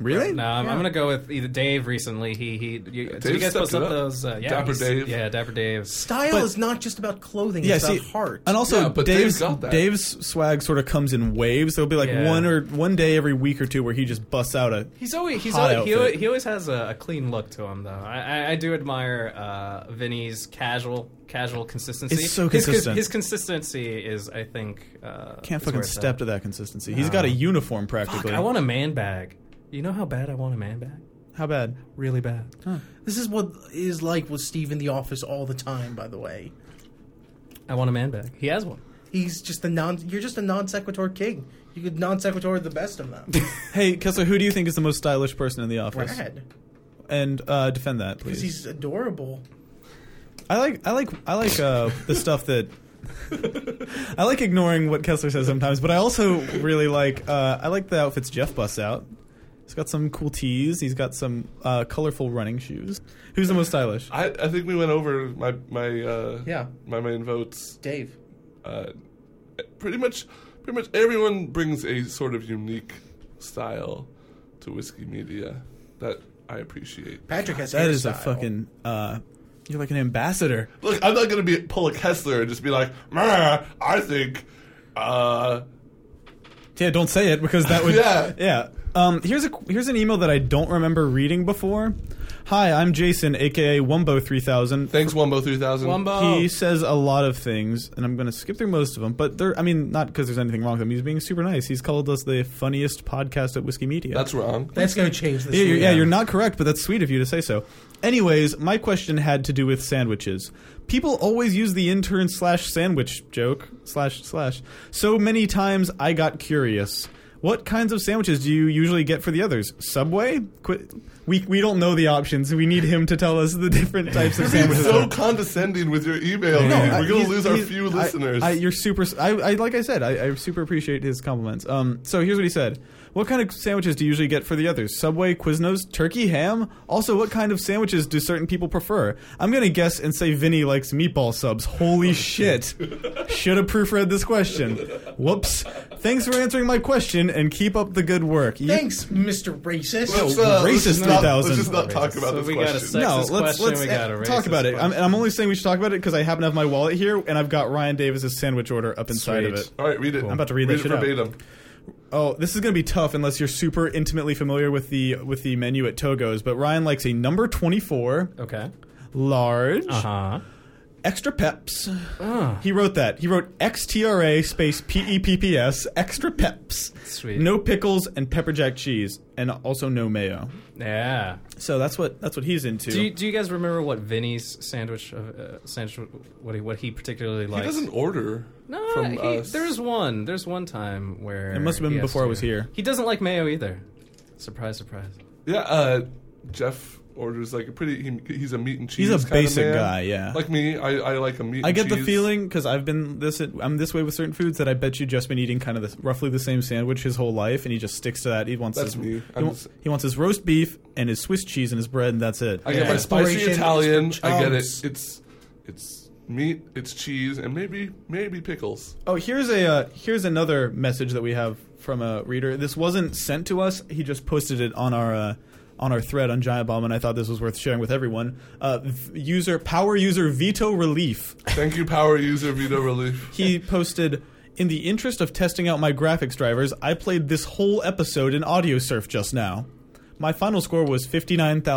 Speaker 1: Really?
Speaker 3: No, I'm, I'm gonna go with either Dave. Recently, he he. You, did you
Speaker 4: Dave
Speaker 3: guys
Speaker 4: stepped
Speaker 3: post
Speaker 4: it
Speaker 3: up
Speaker 4: up.
Speaker 3: those? Uh, yeah,
Speaker 4: Dapper
Speaker 3: he's-
Speaker 4: Dave.
Speaker 3: Yeah, Dapper Dave.
Speaker 2: Style
Speaker 1: But-
Speaker 2: is not just about clothing,
Speaker 1: Yeah.
Speaker 2: it's
Speaker 1: See,
Speaker 2: about heart.
Speaker 1: and also
Speaker 4: Yeah, but
Speaker 1: Dave's
Speaker 4: Dave's got that.
Speaker 1: Dave's swag sort of comes in waves. There'll be like
Speaker 3: Yeah.
Speaker 1: one or one day every week or two where he just busts out a.
Speaker 3: He's always he's
Speaker 1: Hot
Speaker 3: always, he, always,
Speaker 1: outfit.
Speaker 3: he always has a, a clean look to him though. I, I, I do admire uh, Vinny's casual casual consistency.
Speaker 1: It's so
Speaker 3: His cons-
Speaker 1: consistent.
Speaker 3: His, consistency is, I think, uh,
Speaker 1: Can't
Speaker 3: is
Speaker 1: fucking
Speaker 3: where it's
Speaker 1: step
Speaker 3: at.
Speaker 1: to that consistency. He's got a uniform practically.
Speaker 3: Fuck, I want a man bag. You know how bad I want a man bag.
Speaker 1: How bad?
Speaker 3: Really bad.
Speaker 2: This is what is like with Steve in the office all the time. By the way,
Speaker 3: I want a man bag. He has one.
Speaker 2: he's just a non. You're just a non sequitur king. You could non sequitur the best of
Speaker 1: (laughs)
Speaker 2: them.
Speaker 1: Hey, Kessler, who do you think is the most stylish person in the office?
Speaker 2: Brad,
Speaker 1: And uh, defend that,
Speaker 2: because
Speaker 1: please.
Speaker 2: he's adorable.
Speaker 1: I like I like I like uh, the stuff
Speaker 2: (laughs)
Speaker 1: that I like ignoring what Kessler says sometimes, but I also really like uh, I like the outfits Jeff busts out. He's got some cool tees. He's got some uh, colorful running shoes. Who's the most stylish?
Speaker 4: I, I think we went over my my uh,
Speaker 2: Yeah.
Speaker 4: my main votes.
Speaker 2: Dave,
Speaker 4: Uh, pretty much, pretty much everyone brings a sort of unique style to whiskey media that I appreciate.
Speaker 2: Patrick has
Speaker 1: That is a
Speaker 2: hairstyle.
Speaker 1: fucking. Uh, you're like an ambassador.
Speaker 4: Look, I'm not gonna be pull a Kessler and just be like, "Meh, I think, uh,
Speaker 1: Yeah, don't say it because that would.
Speaker 4: (laughs) Yeah.
Speaker 1: yeah. Um, here's a here's an email that I don't remember reading before. Hi, I'm Jason, aka Wumbo Three Thousand.
Speaker 4: thanks Wumbo three thousand.
Speaker 3: Wumbo.
Speaker 1: He says a lot of things, and I'm going to skip through most of them. But they're, I mean, not because there's anything wrong with him. He's being super nice. He's called us the funniest podcast at Whiskey Media.
Speaker 4: That's wrong.
Speaker 2: That's going to change this.
Speaker 1: yeah, you're,
Speaker 2: week.
Speaker 1: yeah, you're not correct, but that's sweet of you to say so. Anyways, my question had to do with sandwiches. People always use the intern slash sandwich joke slash slash so many times. I got curious. What kinds of sandwiches do you usually get for the others? Subway? Qu- we we don't know the options. We need him to tell us the different types
Speaker 4: (laughs)
Speaker 1: of
Speaker 4: You're being
Speaker 1: sandwiches.
Speaker 4: so condescending with your email. dude.
Speaker 1: I-
Speaker 4: We're gonna
Speaker 1: he's-
Speaker 4: lose our
Speaker 1: he's-
Speaker 4: few
Speaker 1: I-
Speaker 4: listeners.
Speaker 1: I, you're super. I, I like I said. I, I super appreciate his compliments. Um, so here's what he said. What kind of sandwiches do you usually get for the others? Subway, Quiznos, turkey, ham. Also, what kind of sandwiches do certain people prefer? I'm gonna guess and say Vinny likes meatball subs.
Speaker 4: (laughs)
Speaker 1: Holy shit! Should have proofread this question. Whoops. Thanks for answering my question and keep up the good work. You-
Speaker 2: Thanks, Mr. Racist.
Speaker 4: Let's, uh, let's
Speaker 1: racist
Speaker 4: just not-
Speaker 1: 3000.
Speaker 4: Let's just not talk about
Speaker 3: So
Speaker 4: this
Speaker 3: we got a
Speaker 4: question.
Speaker 3: sec-
Speaker 1: No,
Speaker 3: Racist
Speaker 1: let's
Speaker 3: question,
Speaker 1: let's
Speaker 3: we got a
Speaker 1: uh, talk
Speaker 3: racist
Speaker 1: about it. I'm,
Speaker 3: question.
Speaker 1: and I'm only saying we should talk about it because I happen to have my wallet here and I've got Ryan Davis's sandwich order up inside of
Speaker 3: Sweet.
Speaker 1: it.
Speaker 4: All right, read it.
Speaker 1: I'm about to read
Speaker 4: read
Speaker 1: this
Speaker 4: it
Speaker 1: shit out.
Speaker 4: verbatim.
Speaker 1: Oh, this is going to be tough unless you're super intimately familiar with the with the menu at Togo's. But Ryan likes a number twenty four
Speaker 3: Okay. Uh-huh.
Speaker 1: large
Speaker 3: huh.
Speaker 1: extra peps. He wrote that. He wrote XTRA space P E P P S extra peps.
Speaker 3: Sweet.
Speaker 1: No pickles and pepper jack cheese, and also no mayo.
Speaker 3: Yeah.
Speaker 1: So that's what that's what he's into.
Speaker 3: Do you, do you guys remember what Vinny's sandwich uh, sandwich what he what he particularly
Speaker 4: He
Speaker 3: likes?
Speaker 4: doesn't order.
Speaker 3: No,
Speaker 4: from
Speaker 3: he,
Speaker 4: us.
Speaker 3: there's one. There's one time where
Speaker 1: It must have been
Speaker 3: he has
Speaker 1: before I
Speaker 3: to-
Speaker 1: was here.
Speaker 3: He doesn't like mayo either. Surprise, surprise.
Speaker 4: Yeah, uh, Jeff orders like a pretty. He, he's a meat and cheese.
Speaker 1: He's a
Speaker 4: kinda
Speaker 1: basic
Speaker 4: man.
Speaker 1: guy, yeah.
Speaker 4: Like me, I, I like a meat.
Speaker 1: I
Speaker 4: and
Speaker 1: get the
Speaker 4: cheese.
Speaker 1: feeling because I've been this I'm this way with certain foods that I bet you just been eating kind of the, roughly the same sandwich his whole life, and he just sticks to that. He wants
Speaker 4: That's
Speaker 1: his,
Speaker 4: me.
Speaker 1: He,
Speaker 4: I'm
Speaker 1: wa-
Speaker 4: just-
Speaker 1: he wants his roast beef and his Swiss cheese and his bread, and that's it.
Speaker 4: I get my spicy
Speaker 2: Inspiration is for
Speaker 4: Italian. I get it.
Speaker 2: chunks.
Speaker 4: It's it's meat. It's cheese, and maybe maybe pickles.
Speaker 1: Oh, here's a uh, here's another message that we have from a reader. This wasn't sent to us. He just posted it on our uh, on our thread on Giant Bomb, and I thought this was worth sharing with everyone. Uh, v- user power user Veto Relief.
Speaker 4: Thank you, power user Vito Relief.
Speaker 1: He posted. In the interest of testing out my graphics drivers, I played this whole episode in Audio Surf just now. My final score was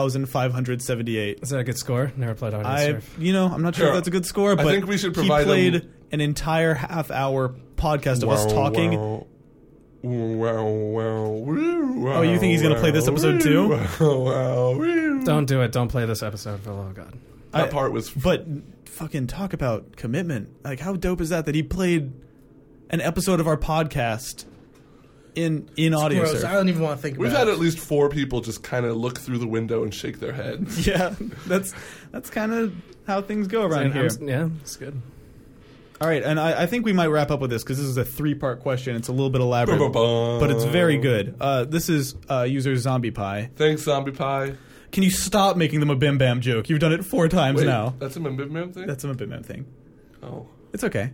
Speaker 1: 59,578.
Speaker 3: Is that a good score? Never played audio
Speaker 1: I, you know, I'm not sure
Speaker 4: Sure.
Speaker 1: if that's a good score, but
Speaker 4: think we should provide
Speaker 1: he played
Speaker 4: them-
Speaker 1: an entire half hour podcast of us
Speaker 4: Wow,
Speaker 1: talking.
Speaker 4: wow. Wow, wow, woo, wow,
Speaker 1: Oh, you think he's gonna play this
Speaker 4: wow,
Speaker 1: episode
Speaker 4: woo, (laughs)
Speaker 1: too?
Speaker 4: wow, wow, woo.
Speaker 3: Don't do it. Don't play this episode for the love of God.
Speaker 4: That
Speaker 1: I-
Speaker 4: part was
Speaker 1: But fucking talk about commitment. Like how dope is that that he played an episode of our podcast in in audio
Speaker 2: Gross. I
Speaker 1: surf.
Speaker 2: don't even want to think
Speaker 4: We've
Speaker 2: about
Speaker 4: had
Speaker 2: it.
Speaker 4: at least four people just kind of look through the window and shake their
Speaker 1: (laughs)
Speaker 4: heads.
Speaker 1: Yeah, that's that's kind of how things go around
Speaker 3: And I'm
Speaker 1: here.
Speaker 3: s- yeah, it's good.
Speaker 1: All right, and I, I think we might wrap up with this because this is a three-part question. It's a little bit elaborate,
Speaker 4: Ba-ba-bum.
Speaker 1: but it's very good. Uh, this is uh, user Zombie Pie.
Speaker 4: Thanks, Zombie Pie.
Speaker 1: Can you stop making them a Bim Bam joke? You've done it four times
Speaker 4: Wait,
Speaker 1: now.
Speaker 4: that's a Mim Mim thing.
Speaker 1: That's a Bim Bam thing.
Speaker 4: oh,
Speaker 1: It's okay.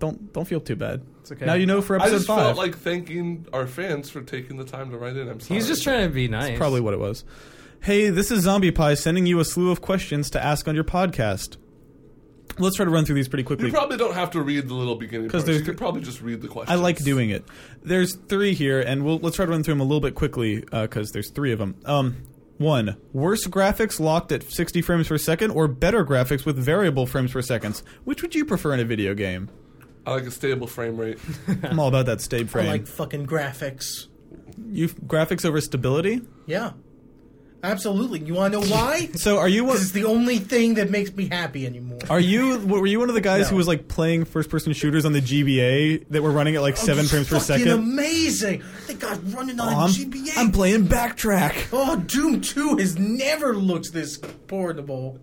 Speaker 1: Don't don't feel too bad.
Speaker 3: It's okay.
Speaker 1: Now you know for
Speaker 4: I
Speaker 1: episode
Speaker 4: just
Speaker 1: five.
Speaker 4: felt like thanking our fans for taking the time to write in. I'm sorry.
Speaker 3: He's just trying to be nice.
Speaker 1: Probably what it was. Hey, this is Zombie Pie sending you a slew of questions to ask on your podcast. Let's try to run through these pretty
Speaker 4: You
Speaker 1: quickly.
Speaker 4: probably don't have to read the little beginning
Speaker 1: 'Cause
Speaker 4: because you
Speaker 1: there's-
Speaker 4: could probably just read the question.
Speaker 1: I like doing it. There's three here, and we'll let's try to run through them a little bit quickly because there's three of them. Um, one, worse graphics locked at 60 frames per second, or better graphics with variable frames per seconds. Which would you prefer in a video game?
Speaker 4: I like a stable frame
Speaker 1: (laughs)
Speaker 4: rate.
Speaker 1: I'm all about that stable
Speaker 2: (laughs) I
Speaker 1: frame.
Speaker 2: like fucking graphics.
Speaker 1: you graphics over stability.
Speaker 2: Yeah. Absolutely. You want to know why?
Speaker 1: (laughs) So are you one-
Speaker 2: Because it's the only thing that makes me happy anymore.
Speaker 1: Are
Speaker 2: (laughs)
Speaker 1: you were you one of the guys
Speaker 2: No.
Speaker 1: who was like playing first person shooters on the GBA that were running at like seven
Speaker 2: It's
Speaker 1: frames per
Speaker 2: Oh, fucking
Speaker 1: second?
Speaker 2: amazing. They got running on
Speaker 1: Oh, I'm,
Speaker 2: GBA.
Speaker 1: I'm playing backtrack.
Speaker 2: oh, Doom 2 has never looked this portable.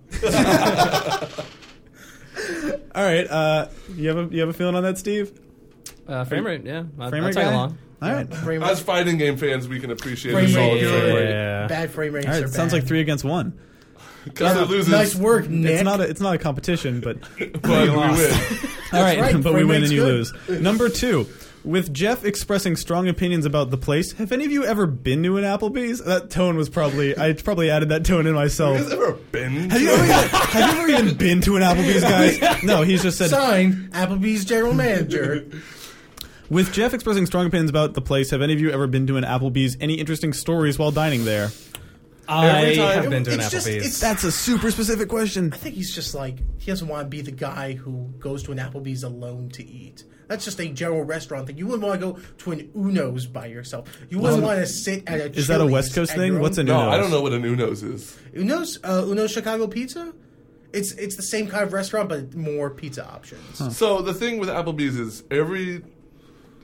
Speaker 1: All right, uh, you have a you have a feeling on that, Steve?
Speaker 3: Uh, frame rate, yeah. I'll,
Speaker 1: Frame
Speaker 3: I'll
Speaker 1: rate
Speaker 3: tag
Speaker 1: guy?
Speaker 3: along.
Speaker 1: All right,
Speaker 2: Frame
Speaker 4: As
Speaker 2: rate,
Speaker 4: fighting game fans, we can appreciate
Speaker 2: Frame
Speaker 4: a solid
Speaker 2: rate.
Speaker 4: frame rate.
Speaker 3: Yeah.
Speaker 2: bad frame rates
Speaker 1: all
Speaker 2: are
Speaker 1: right. Sounds
Speaker 2: bad.
Speaker 1: like three against one.
Speaker 4: Because it loses,
Speaker 2: Nice work, Nick.
Speaker 1: It's not a, it's not a competition, but
Speaker 4: (laughs)
Speaker 1: (laughs)
Speaker 4: but we win.
Speaker 1: all
Speaker 3: (laughs)
Speaker 1: right,
Speaker 2: right,
Speaker 1: but we
Speaker 2: frame
Speaker 1: win and
Speaker 2: rate's
Speaker 1: you
Speaker 2: good.
Speaker 1: lose. Number two. With Jeff expressing strong opinions about the place, have any of you ever been to an Applebee's? That tone was probably I probably added that tone in myself. (laughs)
Speaker 4: Has ever been?
Speaker 1: Have you ever even, have you ever even been to an Applebee's, guys?
Speaker 4: (laughs)
Speaker 1: No, he's just said
Speaker 2: Signed, Applebee's general manager.
Speaker 1: With Jeff expressing strong opinions about the place, have any of you ever been to an Applebee's? Any interesting stories while dining there?
Speaker 3: I
Speaker 4: Every time-
Speaker 3: have been to an
Speaker 2: It's just-
Speaker 3: Applebee's.
Speaker 2: it's-
Speaker 1: That's a super specific question.
Speaker 2: I think he's just like he doesn't want to be the guy who goes to an Applebee's alone to eat. That's just a general restaurant thing. You wouldn't want to go to an Uno's by yourself. You wouldn't want to sit at a.
Speaker 1: Is that a West
Speaker 2: Chili's
Speaker 1: Coast
Speaker 2: at
Speaker 1: thing?
Speaker 2: your own-
Speaker 1: What's an
Speaker 4: No,
Speaker 1: Unos?
Speaker 4: I don't know what an Unos is.
Speaker 2: Uno's? Uh, Uno's Chicago Pizza. It's it's the same kind of restaurant, but more pizza options.
Speaker 4: So the thing with Applebee's is every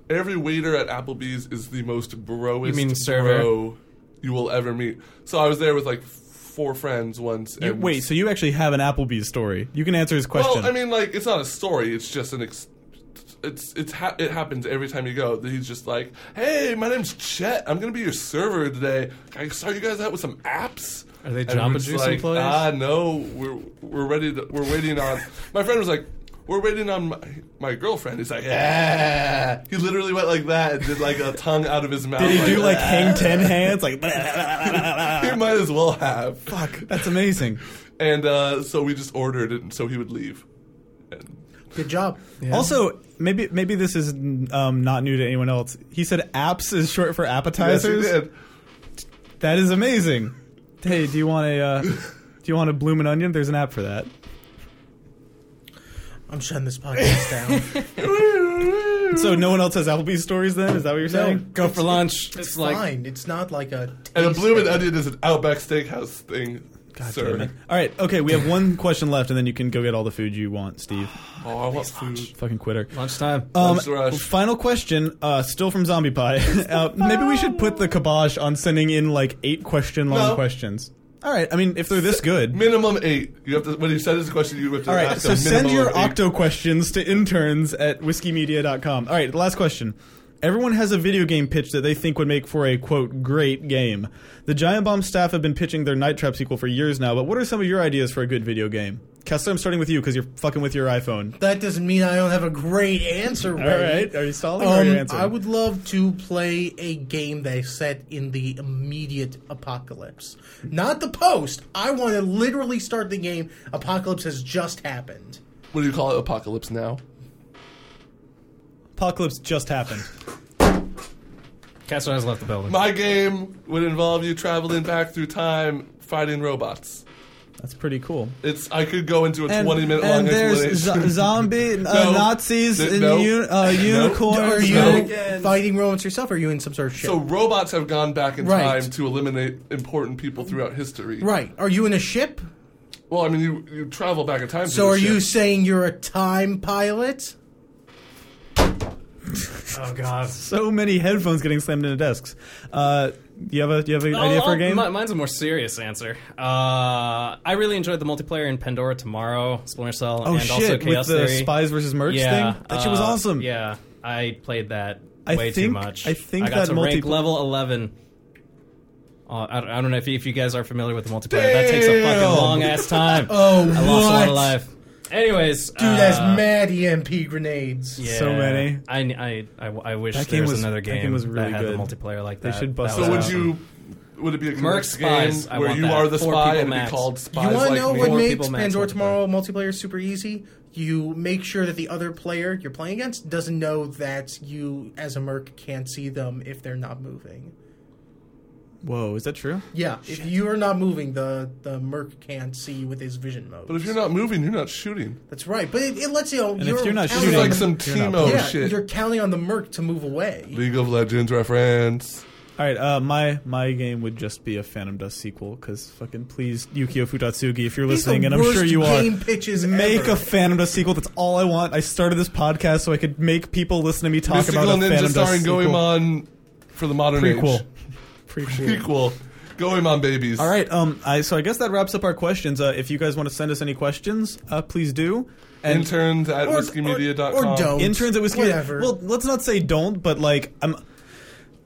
Speaker 4: every waiter at Applebee's is the most broest
Speaker 3: You mean server?
Speaker 4: bro you will ever meet. So I was there with like four friends once.
Speaker 1: You-
Speaker 4: and
Speaker 1: wait, so you actually have an Applebee's story? You can answer his question.
Speaker 4: well, I mean, like it's not a story. It's just an. Ex- it's it's ha- it happens every time you go. He's just like, "Hey, my name's Chet. I'm gonna be your server today. Can I start you guys out with some apps?"
Speaker 3: Are they
Speaker 4: And
Speaker 3: Jamba
Speaker 4: we're just
Speaker 3: Juice
Speaker 4: like,
Speaker 3: employees?
Speaker 4: Ah, no. We're we're ready. To, we're waiting on. (laughs) my friend was like, "We're waiting on my, my girlfriend." He's like, "Yeah." He literally went like that and did like a tongue out of his mouth.
Speaker 1: Did he do like
Speaker 4: "Ah."
Speaker 1: hang ten hands? Like, blah, blah, blah, blah, blah, blah.
Speaker 4: (laughs) He might as well have.
Speaker 1: fuck, that's amazing.
Speaker 4: And uh, so we just ordered it, and so he would leave. And
Speaker 2: Good job.
Speaker 1: Also, maybe maybe this is um, not new to anyone else. He said apps is short for
Speaker 4: yes, he
Speaker 1: appetizers.
Speaker 4: did.
Speaker 1: That is amazing. Hey, do you want a
Speaker 4: (laughs)
Speaker 1: uh, do you want a bloomin' onion? There's an app for that.
Speaker 2: I'm shutting
Speaker 1: (laughs)
Speaker 2: this podcast down.
Speaker 1: So no one else has Applebee's stories then? Is that what you're saying?
Speaker 3: Go for lunch. It's,
Speaker 2: It's
Speaker 3: like
Speaker 2: fine. It's not like a. Taste
Speaker 4: And a bloomin'
Speaker 2: thing.
Speaker 4: onion is an Outback Steakhouse thing, sir.
Speaker 1: Damn it. All right, okay, we have one question left and then you can go get all the food you want,
Speaker 4: (sighs)
Speaker 1: Steve.
Speaker 4: Oh, I want food.
Speaker 1: Fucking quitter.
Speaker 3: lunchtime.
Speaker 1: Um,
Speaker 4: Lunch rush.
Speaker 1: final question, uh, still from Zombie Pie. (laughs) uh, maybe we should put the kibosh on sending in like eight question long
Speaker 4: No.
Speaker 1: questions. All right, I mean, if they're this good.
Speaker 4: Minimum eight. You have to when you send this question, you have to
Speaker 1: All right,
Speaker 4: ask
Speaker 1: so
Speaker 4: a
Speaker 1: send
Speaker 4: minimum
Speaker 1: your
Speaker 4: of eight.
Speaker 1: octo questions to interns at whiskymedia.com. All right, last question. Everyone has a video game pitch that they think would make for a quote great game. The Giant Bomb staff have been pitching their Night Trap sequel for years now, but what are some of your ideas for a good video game? Kessler, I'm starting with you because you're fucking with your iPhone.
Speaker 2: That doesn't mean I don't have a great answer.
Speaker 1: All
Speaker 2: ready.
Speaker 1: right, are you stalling or are you
Speaker 2: Um,
Speaker 1: answering?
Speaker 2: I would love to play a game that is set in the immediate apocalypse, not the post. I want to literally start the game. Apocalypse has just happened.
Speaker 4: What do you call it? Apocalypse now.
Speaker 1: Apocalypse just happened.
Speaker 3: Castro has left the building.
Speaker 4: My game would involve you traveling back through time, fighting robots.
Speaker 1: That's pretty cool.
Speaker 4: It's I could go into a twenty minute long explanation. (laughs)
Speaker 1: zombie uh,
Speaker 4: No. Nazis Th- and no. u- uh, unicorns.
Speaker 2: Are you
Speaker 4: No.
Speaker 2: fighting robots yourself? Or are you in some sort of ship?
Speaker 4: so robots have gone back in
Speaker 2: Right.
Speaker 4: time to eliminate important people throughout history.
Speaker 2: right. Are you in a ship?
Speaker 4: Well, I mean, you, you travel back in time.
Speaker 2: So
Speaker 4: to
Speaker 2: are you
Speaker 4: ship.
Speaker 2: saying you're a time pilot?
Speaker 3: Oh god.
Speaker 1: So many headphones getting slammed into desks. Uh, do you have a do you have an
Speaker 2: Oh,
Speaker 1: idea for a game?
Speaker 3: Oh, mi- mine's a more serious answer. Uh, I really enjoyed the multiplayer in Pandora Tomorrow, Splinter Cell,
Speaker 1: oh
Speaker 3: and also
Speaker 1: shit! With
Speaker 3: Chaos
Speaker 1: the
Speaker 3: Theory.
Speaker 1: spies versus merch
Speaker 3: yeah,
Speaker 1: thing, that shit was
Speaker 3: uh,
Speaker 1: awesome.
Speaker 3: Yeah, I played that
Speaker 1: I
Speaker 3: way too
Speaker 1: think-
Speaker 3: much.
Speaker 1: I think
Speaker 3: got
Speaker 1: that
Speaker 3: to rank
Speaker 1: multipl-
Speaker 3: level eleven. Uh, I, don't, I don't know if you, if you guys are familiar with the multiplayer. That takes a
Speaker 4: Damn.
Speaker 3: fucking long
Speaker 1: (laughs)
Speaker 3: ass time.
Speaker 2: Oh,
Speaker 3: I lost a lot
Speaker 2: what?
Speaker 3: of life. Anyways,
Speaker 2: Dude, that's
Speaker 3: uh,
Speaker 2: mad EMP grenades.
Speaker 1: So many.
Speaker 3: I, I, I, I wish
Speaker 1: That game
Speaker 3: there was,
Speaker 1: was-
Speaker 3: another
Speaker 1: that
Speaker 3: game
Speaker 1: game was really
Speaker 3: that had
Speaker 1: good.
Speaker 3: the multiplayer like
Speaker 1: They
Speaker 3: that.
Speaker 1: should bust
Speaker 3: That
Speaker 4: So
Speaker 1: it
Speaker 3: was
Speaker 4: would
Speaker 1: out.
Speaker 3: awesome.
Speaker 4: you? Would it be a
Speaker 3: Oh, Merc
Speaker 4: Merc game
Speaker 3: spies, I
Speaker 4: where
Speaker 3: want
Speaker 4: you
Speaker 3: that.
Speaker 4: are the
Speaker 3: Four
Speaker 4: spy
Speaker 3: people
Speaker 4: and
Speaker 3: max.
Speaker 4: be called
Speaker 2: You want
Speaker 4: spies?
Speaker 2: to
Speaker 4: like
Speaker 2: know
Speaker 4: me?
Speaker 2: what
Speaker 3: Four
Speaker 2: makes
Speaker 3: people max
Speaker 2: Pandora
Speaker 3: multiplayer.
Speaker 2: Tomorrow multiplayer super easy? You make sure that the other player you're playing against doesn't know that you, as a merc, can't see them if they're not moving.
Speaker 1: Whoa, is that true?
Speaker 2: Yeah, if you are not moving, the the merc can't see you with his vision mode.
Speaker 4: But if you're not moving, you're not shooting.
Speaker 2: that's right. But it, it lets you. Know,
Speaker 1: if
Speaker 2: you're
Speaker 1: you're not
Speaker 4: This
Speaker 2: counting
Speaker 4: is
Speaker 1: shooting-
Speaker 2: on
Speaker 4: like oh,
Speaker 2: the-
Speaker 4: some
Speaker 1: You're not-
Speaker 4: Teemo
Speaker 2: yeah,
Speaker 4: shit.
Speaker 2: you're counting on the merc to move away.
Speaker 4: League of Legends reference.
Speaker 1: All right, uh, my my game would just be a Phantom Dust sequel because fucking please, Yukio Futatsugi, if you're
Speaker 2: These are
Speaker 1: listening, and I'm
Speaker 2: worst
Speaker 1: sure you are,
Speaker 2: game pitches
Speaker 1: make
Speaker 2: ever.
Speaker 1: a Phantom Dust sequel. That's all I want. I started this podcast so I could make people listen to me talk
Speaker 4: Mystical
Speaker 1: about a
Speaker 4: Ninja
Speaker 1: Phantom Dust
Speaker 4: starring
Speaker 1: sequel.
Speaker 4: Goemon for the modern
Speaker 1: prequel.
Speaker 4: age. (laughs) Prequel. Goemon babies.
Speaker 1: All right, um, I so I guess that wraps up our questions. Uh, if you guys want to send us any questions, uh, please do. And
Speaker 4: Interns at
Speaker 2: Or- or-
Speaker 4: whiskeymedia.com.
Speaker 2: or don't.
Speaker 1: interns at whiskey.
Speaker 2: Whatever.
Speaker 1: Well, let's not say don't, but like I'm.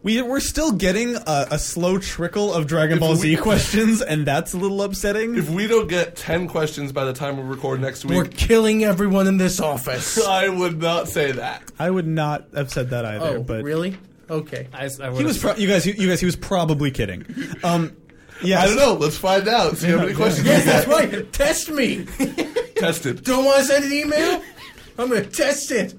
Speaker 1: We, we're still getting a, a slow trickle of Dragon Ball Z (laughs)
Speaker 4: we-
Speaker 1: questions, and that's a little upsetting.
Speaker 4: If we don't get 10 questions by the time we record next
Speaker 2: (laughs) We're
Speaker 4: week, (laughs)
Speaker 2: killing everyone in
Speaker 1: (laughs)
Speaker 2: this office.
Speaker 4: I would not say that.
Speaker 1: I would not have said that either.
Speaker 2: oh,
Speaker 1: but
Speaker 2: really?
Speaker 1: (laughs)
Speaker 2: Okay.
Speaker 3: I, s- I
Speaker 1: he
Speaker 3: would've-
Speaker 1: was. Pro- you guys, you, you guys, he was probably kidding. Um, yeah,
Speaker 4: (laughs) I don't know. Let's find out. See how
Speaker 1: (laughs)
Speaker 4: many
Speaker 1: Yeah.
Speaker 4: questions
Speaker 2: Yes, that's right. Test me.
Speaker 4: we tested.
Speaker 2: Don't want to send an email? I'm going to test it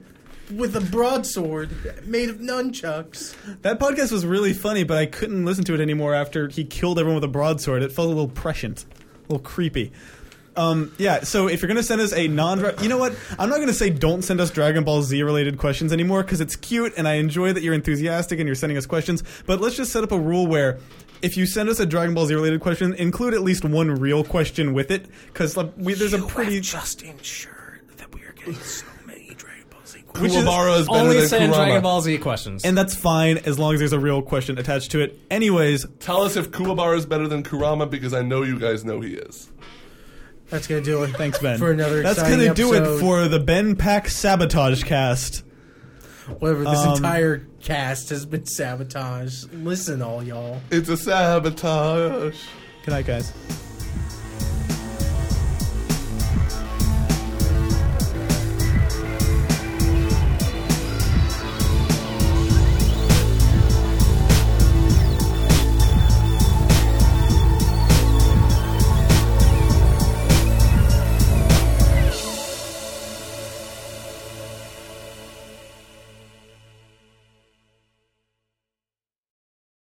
Speaker 2: with a broadsword made of nunchucks.
Speaker 1: That podcast was really funny, but I couldn't listen to it anymore after he killed everyone with a broadsword. It felt a little prescient, a little creepy. Um, yeah, so if you're going to send us a non you know what? I'm not going to say don't send us Dragon Ball Z related questions anymore because it's cute and I enjoy that you're enthusiastic and you're sending us questions, but let's just set up a rule where if you send us a Dragon Ball Z related question, include at least one real question with it because there's a pretty.
Speaker 2: just ensured that we are getting so many Dragon Ball Z
Speaker 1: Which is-
Speaker 4: Kuwabara is better
Speaker 3: only
Speaker 4: than
Speaker 3: send Dragon
Speaker 4: Kurama.
Speaker 3: Ball Z questions.
Speaker 1: And that's fine as long as there's a real question attached to it. Anyways,
Speaker 4: Tell us if Kuwabara is better than Kurama because I know you guys know he is.
Speaker 2: That's going to do it.
Speaker 1: Thanks, Ben.
Speaker 2: For another
Speaker 1: That's
Speaker 2: exciting
Speaker 1: gonna do it
Speaker 2: episode.
Speaker 1: for the Ben Pack Sabotage Cast.
Speaker 2: Whatever, this
Speaker 1: Um,
Speaker 2: entire cast has been sabotaged. Listen, all y'all.
Speaker 4: It's a sabotage.
Speaker 1: Good night, guys.